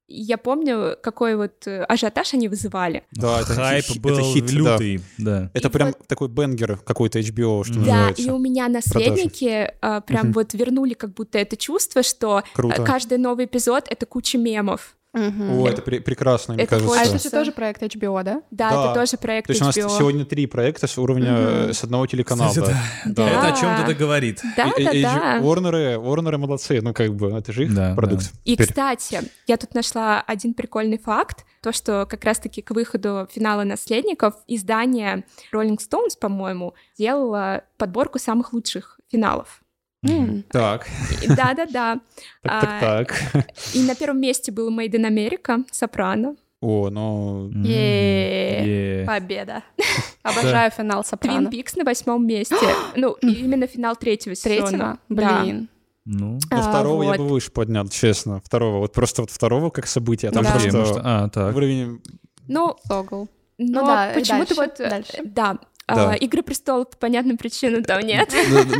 [SPEAKER 4] и я помню, какой вот э, ажиотаж они вызывали.
[SPEAKER 3] Да, это
[SPEAKER 2] Хайп
[SPEAKER 3] хи- это
[SPEAKER 2] был
[SPEAKER 3] хит, да.
[SPEAKER 2] лютый. Да.
[SPEAKER 3] Это
[SPEAKER 1] И
[SPEAKER 3] прям такой бенгер какой-то HBO, что
[SPEAKER 2] Да,
[SPEAKER 4] Да,
[SPEAKER 3] называется.
[SPEAKER 4] и у меня наследники э, прям
[SPEAKER 3] Мгм.
[SPEAKER 4] вот вернули как будто это чувство, что э,
[SPEAKER 3] Круто.
[SPEAKER 4] каждый новый эпизод — это куча мемов.
[SPEAKER 1] Мгм.
[SPEAKER 3] О, это пре- прекрасно, мне
[SPEAKER 4] Это
[SPEAKER 3] кажется.
[SPEAKER 1] А
[SPEAKER 4] хочется.
[SPEAKER 1] это же тоже проект HBO, да?
[SPEAKER 4] Да,
[SPEAKER 3] Да.
[SPEAKER 4] это тоже проект
[SPEAKER 3] То есть у нас
[SPEAKER 4] HBO.
[SPEAKER 3] сегодня три проекта с уровня э, с одного телеканала.
[SPEAKER 2] Кстати,
[SPEAKER 4] Да.
[SPEAKER 2] Это о чем-то говорит.
[SPEAKER 4] Да,
[SPEAKER 3] И-
[SPEAKER 4] да,
[SPEAKER 3] и- и
[SPEAKER 4] да.
[SPEAKER 3] Warner'ы, Warner'ы молодцы, ну как бы, это же их
[SPEAKER 2] Да,
[SPEAKER 3] продукт.
[SPEAKER 4] И,
[SPEAKER 3] Теперь.
[SPEAKER 4] кстати, я тут нашла один прикольный факт, то, что как раз-таки к выходу финала «Наследников» издание Rolling Stones, по-моему, делало подборку самых лучших финалов.
[SPEAKER 1] М.
[SPEAKER 3] Так,
[SPEAKER 4] И- Да-да-да.
[SPEAKER 3] так, так,
[SPEAKER 4] А,
[SPEAKER 3] так.
[SPEAKER 4] И на первом месте было «Made in America», «Сопрано».
[SPEAKER 3] О, ну...
[SPEAKER 2] М.
[SPEAKER 1] Е-е-е.
[SPEAKER 2] Е.
[SPEAKER 1] Победа. Обожаю финал
[SPEAKER 4] «Твин
[SPEAKER 1] Сопрано.
[SPEAKER 4] Пикс» на восьмом месте. Ну, именно финал третьего сезона.
[SPEAKER 1] Третьего?
[SPEAKER 4] Да.
[SPEAKER 1] Блин.
[SPEAKER 2] Ну,
[SPEAKER 3] ну,
[SPEAKER 4] А,
[SPEAKER 3] второго я
[SPEAKER 4] вот.
[SPEAKER 3] бы выше поднял, честно. Второго, вот просто вот второго как событие. а Там
[SPEAKER 1] Да.
[SPEAKER 2] окей,
[SPEAKER 3] просто
[SPEAKER 2] может, А, так.
[SPEAKER 3] уровень...
[SPEAKER 4] Ну,
[SPEAKER 1] Согл.
[SPEAKER 4] но
[SPEAKER 1] Ну да, и
[SPEAKER 4] почему-то
[SPEAKER 1] дальше,
[SPEAKER 4] вот... э,
[SPEAKER 1] дальше.
[SPEAKER 4] Да.
[SPEAKER 3] Да.
[SPEAKER 4] А, «Игры престолов» по понятным причинам там нет.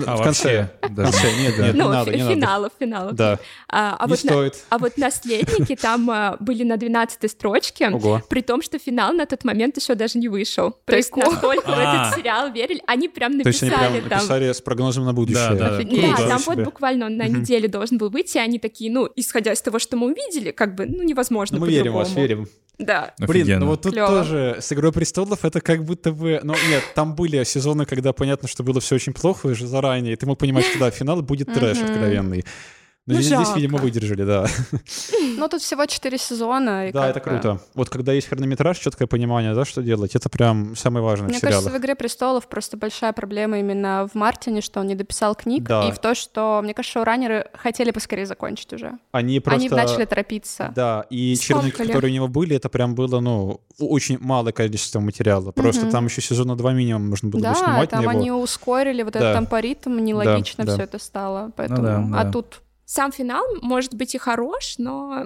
[SPEAKER 2] А,
[SPEAKER 3] А, в конце.
[SPEAKER 2] вообще,
[SPEAKER 3] В
[SPEAKER 2] даже.
[SPEAKER 3] конце, нет, нет, не
[SPEAKER 4] Ну,
[SPEAKER 3] надо,
[SPEAKER 4] фи-
[SPEAKER 3] не надо.
[SPEAKER 4] финалов, финалов.
[SPEAKER 3] Да,
[SPEAKER 4] А а
[SPEAKER 3] не
[SPEAKER 4] вот на-
[SPEAKER 3] стоит.
[SPEAKER 4] А вот наследники там а, были на 12 строчке,
[SPEAKER 3] Ого.
[SPEAKER 4] при том, что финал на тот момент еще даже не вышел. То есть
[SPEAKER 1] Прикол.
[SPEAKER 4] насколько в
[SPEAKER 2] А.
[SPEAKER 4] этот сериал верили, они прям
[SPEAKER 3] То есть они прям
[SPEAKER 4] написали там.
[SPEAKER 3] написали с прогнозом на
[SPEAKER 2] Да,
[SPEAKER 3] будущее.
[SPEAKER 2] да.
[SPEAKER 4] Да,
[SPEAKER 1] Офигеть.
[SPEAKER 3] Круто.
[SPEAKER 4] там
[SPEAKER 3] Ничего
[SPEAKER 4] вот
[SPEAKER 3] себе.
[SPEAKER 4] буквально он на
[SPEAKER 3] Мгм.
[SPEAKER 4] неделю должен был выйти, и они такие, ну, исходя из того, что мы увидели, как бы, ну, невозможно
[SPEAKER 3] Ну, мы верим в
[SPEAKER 4] по-другому.
[SPEAKER 3] вас, верим.
[SPEAKER 4] Да.
[SPEAKER 3] Блин,
[SPEAKER 2] Офигенно.
[SPEAKER 3] ну вот тут
[SPEAKER 4] Клёво.
[SPEAKER 3] тоже с «Игрой престолов» это как будто бы... Ну нет, там были сезоны, когда понятно, что было все очень плохо уже заранее, и ты мог понимать, что да, финал будет трэш
[SPEAKER 1] Мгм.
[SPEAKER 3] откровенный. Но
[SPEAKER 4] Ну,
[SPEAKER 3] здесь, здесь,
[SPEAKER 4] жалко.
[SPEAKER 3] видимо, выдержали, да.
[SPEAKER 1] Ну, тут всего четыре сезона. и
[SPEAKER 3] Да,
[SPEAKER 1] как
[SPEAKER 3] это
[SPEAKER 1] бы-
[SPEAKER 3] круто. Вот когда есть хронометраж, четкое понимание, да, что делать, это прям самое важное в
[SPEAKER 1] Мне
[SPEAKER 3] сериалах.
[SPEAKER 1] кажется, в «Игре престолов» просто большая проблема именно в Мартине, что он не дописал книг,
[SPEAKER 3] Да.
[SPEAKER 1] и в то, что, мне кажется, шоураннеры хотели поскорее закончить уже.
[SPEAKER 3] Они просто...
[SPEAKER 1] Они начали торопиться.
[SPEAKER 3] Да, и
[SPEAKER 4] Скомкали.
[SPEAKER 3] черновики, которые у него были, это прям было, ну, очень малое количество материала. Просто
[SPEAKER 1] Мгм.
[SPEAKER 3] там еще сезона два минимум нужно было
[SPEAKER 1] Да,
[SPEAKER 3] бы снимать на
[SPEAKER 1] там
[SPEAKER 3] его.
[SPEAKER 1] они ускорили вот
[SPEAKER 3] Да.
[SPEAKER 1] этот темпоритм, нелогично
[SPEAKER 3] да.
[SPEAKER 1] все это стало. Поэтому...
[SPEAKER 2] Ну да,
[SPEAKER 1] а
[SPEAKER 2] да.
[SPEAKER 1] тут
[SPEAKER 4] Сам финал, может быть, и хорош, но...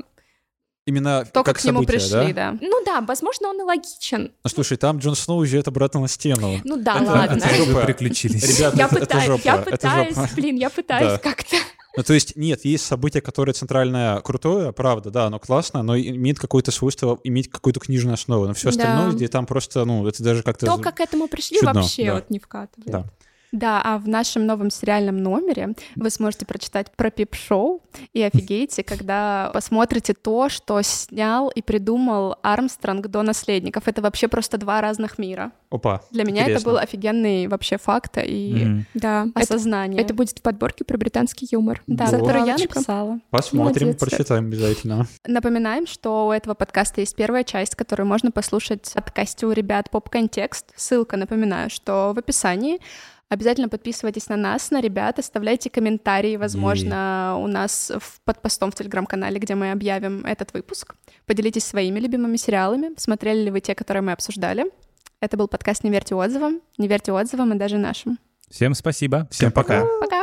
[SPEAKER 3] Именно
[SPEAKER 1] только
[SPEAKER 3] как
[SPEAKER 1] к нему
[SPEAKER 3] событие,
[SPEAKER 1] пришли,
[SPEAKER 3] да?
[SPEAKER 1] да.
[SPEAKER 4] Ну да, возможно, он и логичен.
[SPEAKER 3] Ну, Слушай, там Джон Сноу уезжает обратно на стену.
[SPEAKER 4] Ну да,
[SPEAKER 3] Это-
[SPEAKER 4] ладно.
[SPEAKER 3] это-
[SPEAKER 2] Вы
[SPEAKER 3] жопа.
[SPEAKER 2] приключились.
[SPEAKER 3] Ребята,
[SPEAKER 4] Я,
[SPEAKER 3] это, это
[SPEAKER 4] пыта-
[SPEAKER 3] жопа.
[SPEAKER 4] я
[SPEAKER 3] это
[SPEAKER 4] пытаюсь,
[SPEAKER 3] жопа.
[SPEAKER 4] блин, я пытаюсь
[SPEAKER 3] Да.
[SPEAKER 4] как-то.
[SPEAKER 3] Ну, то есть, нет, есть событие, которое центральное крутое, правда, да, оно классно, но и- имеет какое-то свойство, иметь какую-то книжную основу. Но все
[SPEAKER 4] Да.
[SPEAKER 3] остальное, где там просто, ну, это даже как-то...
[SPEAKER 4] То, как к этому пришли,
[SPEAKER 3] Чудно,
[SPEAKER 4] вообще
[SPEAKER 3] да.
[SPEAKER 4] вот не вкатывает.
[SPEAKER 3] Да.
[SPEAKER 1] Да, а в нашем новом сериальном номере вы сможете прочитать про пип-шоу и офигеете, когда посмотрите то, что снял и придумал Армстронг до наследников. Это вообще просто два разных мира.
[SPEAKER 3] Опа.
[SPEAKER 1] Для меня это
[SPEAKER 3] интересно.
[SPEAKER 1] был офигенный вообще факт и
[SPEAKER 2] Мгм.
[SPEAKER 4] Да. Это,
[SPEAKER 1] осознание.
[SPEAKER 4] А это типа? будет в подборке про британский юмор.
[SPEAKER 1] да,
[SPEAKER 3] Вот.
[SPEAKER 1] которую я
[SPEAKER 4] Галочка.
[SPEAKER 1] написала.
[SPEAKER 3] Посмотрим,
[SPEAKER 4] Молодец, Свет.
[SPEAKER 3] прочитаем обязательно.
[SPEAKER 1] Напоминаем, что у этого подкаста есть первая часть, которую можно послушать в подкасте у ребят «Поп-контекст». Ссылка, напоминаю, что в описании. Обязательно подписывайтесь на нас, на ребят, оставляйте комментарии, возможно, у нас в, под постом в Телеграм-канале, где мы объявим этот выпуск. Поделитесь своими любимыми сериалами, смотрели ли вы те, которые мы обсуждали. Это был подкаст «Не верьте отзывам». Не верьте отзывам и даже нашим.
[SPEAKER 2] Всем спасибо.
[SPEAKER 3] Всем пока.
[SPEAKER 1] Пока!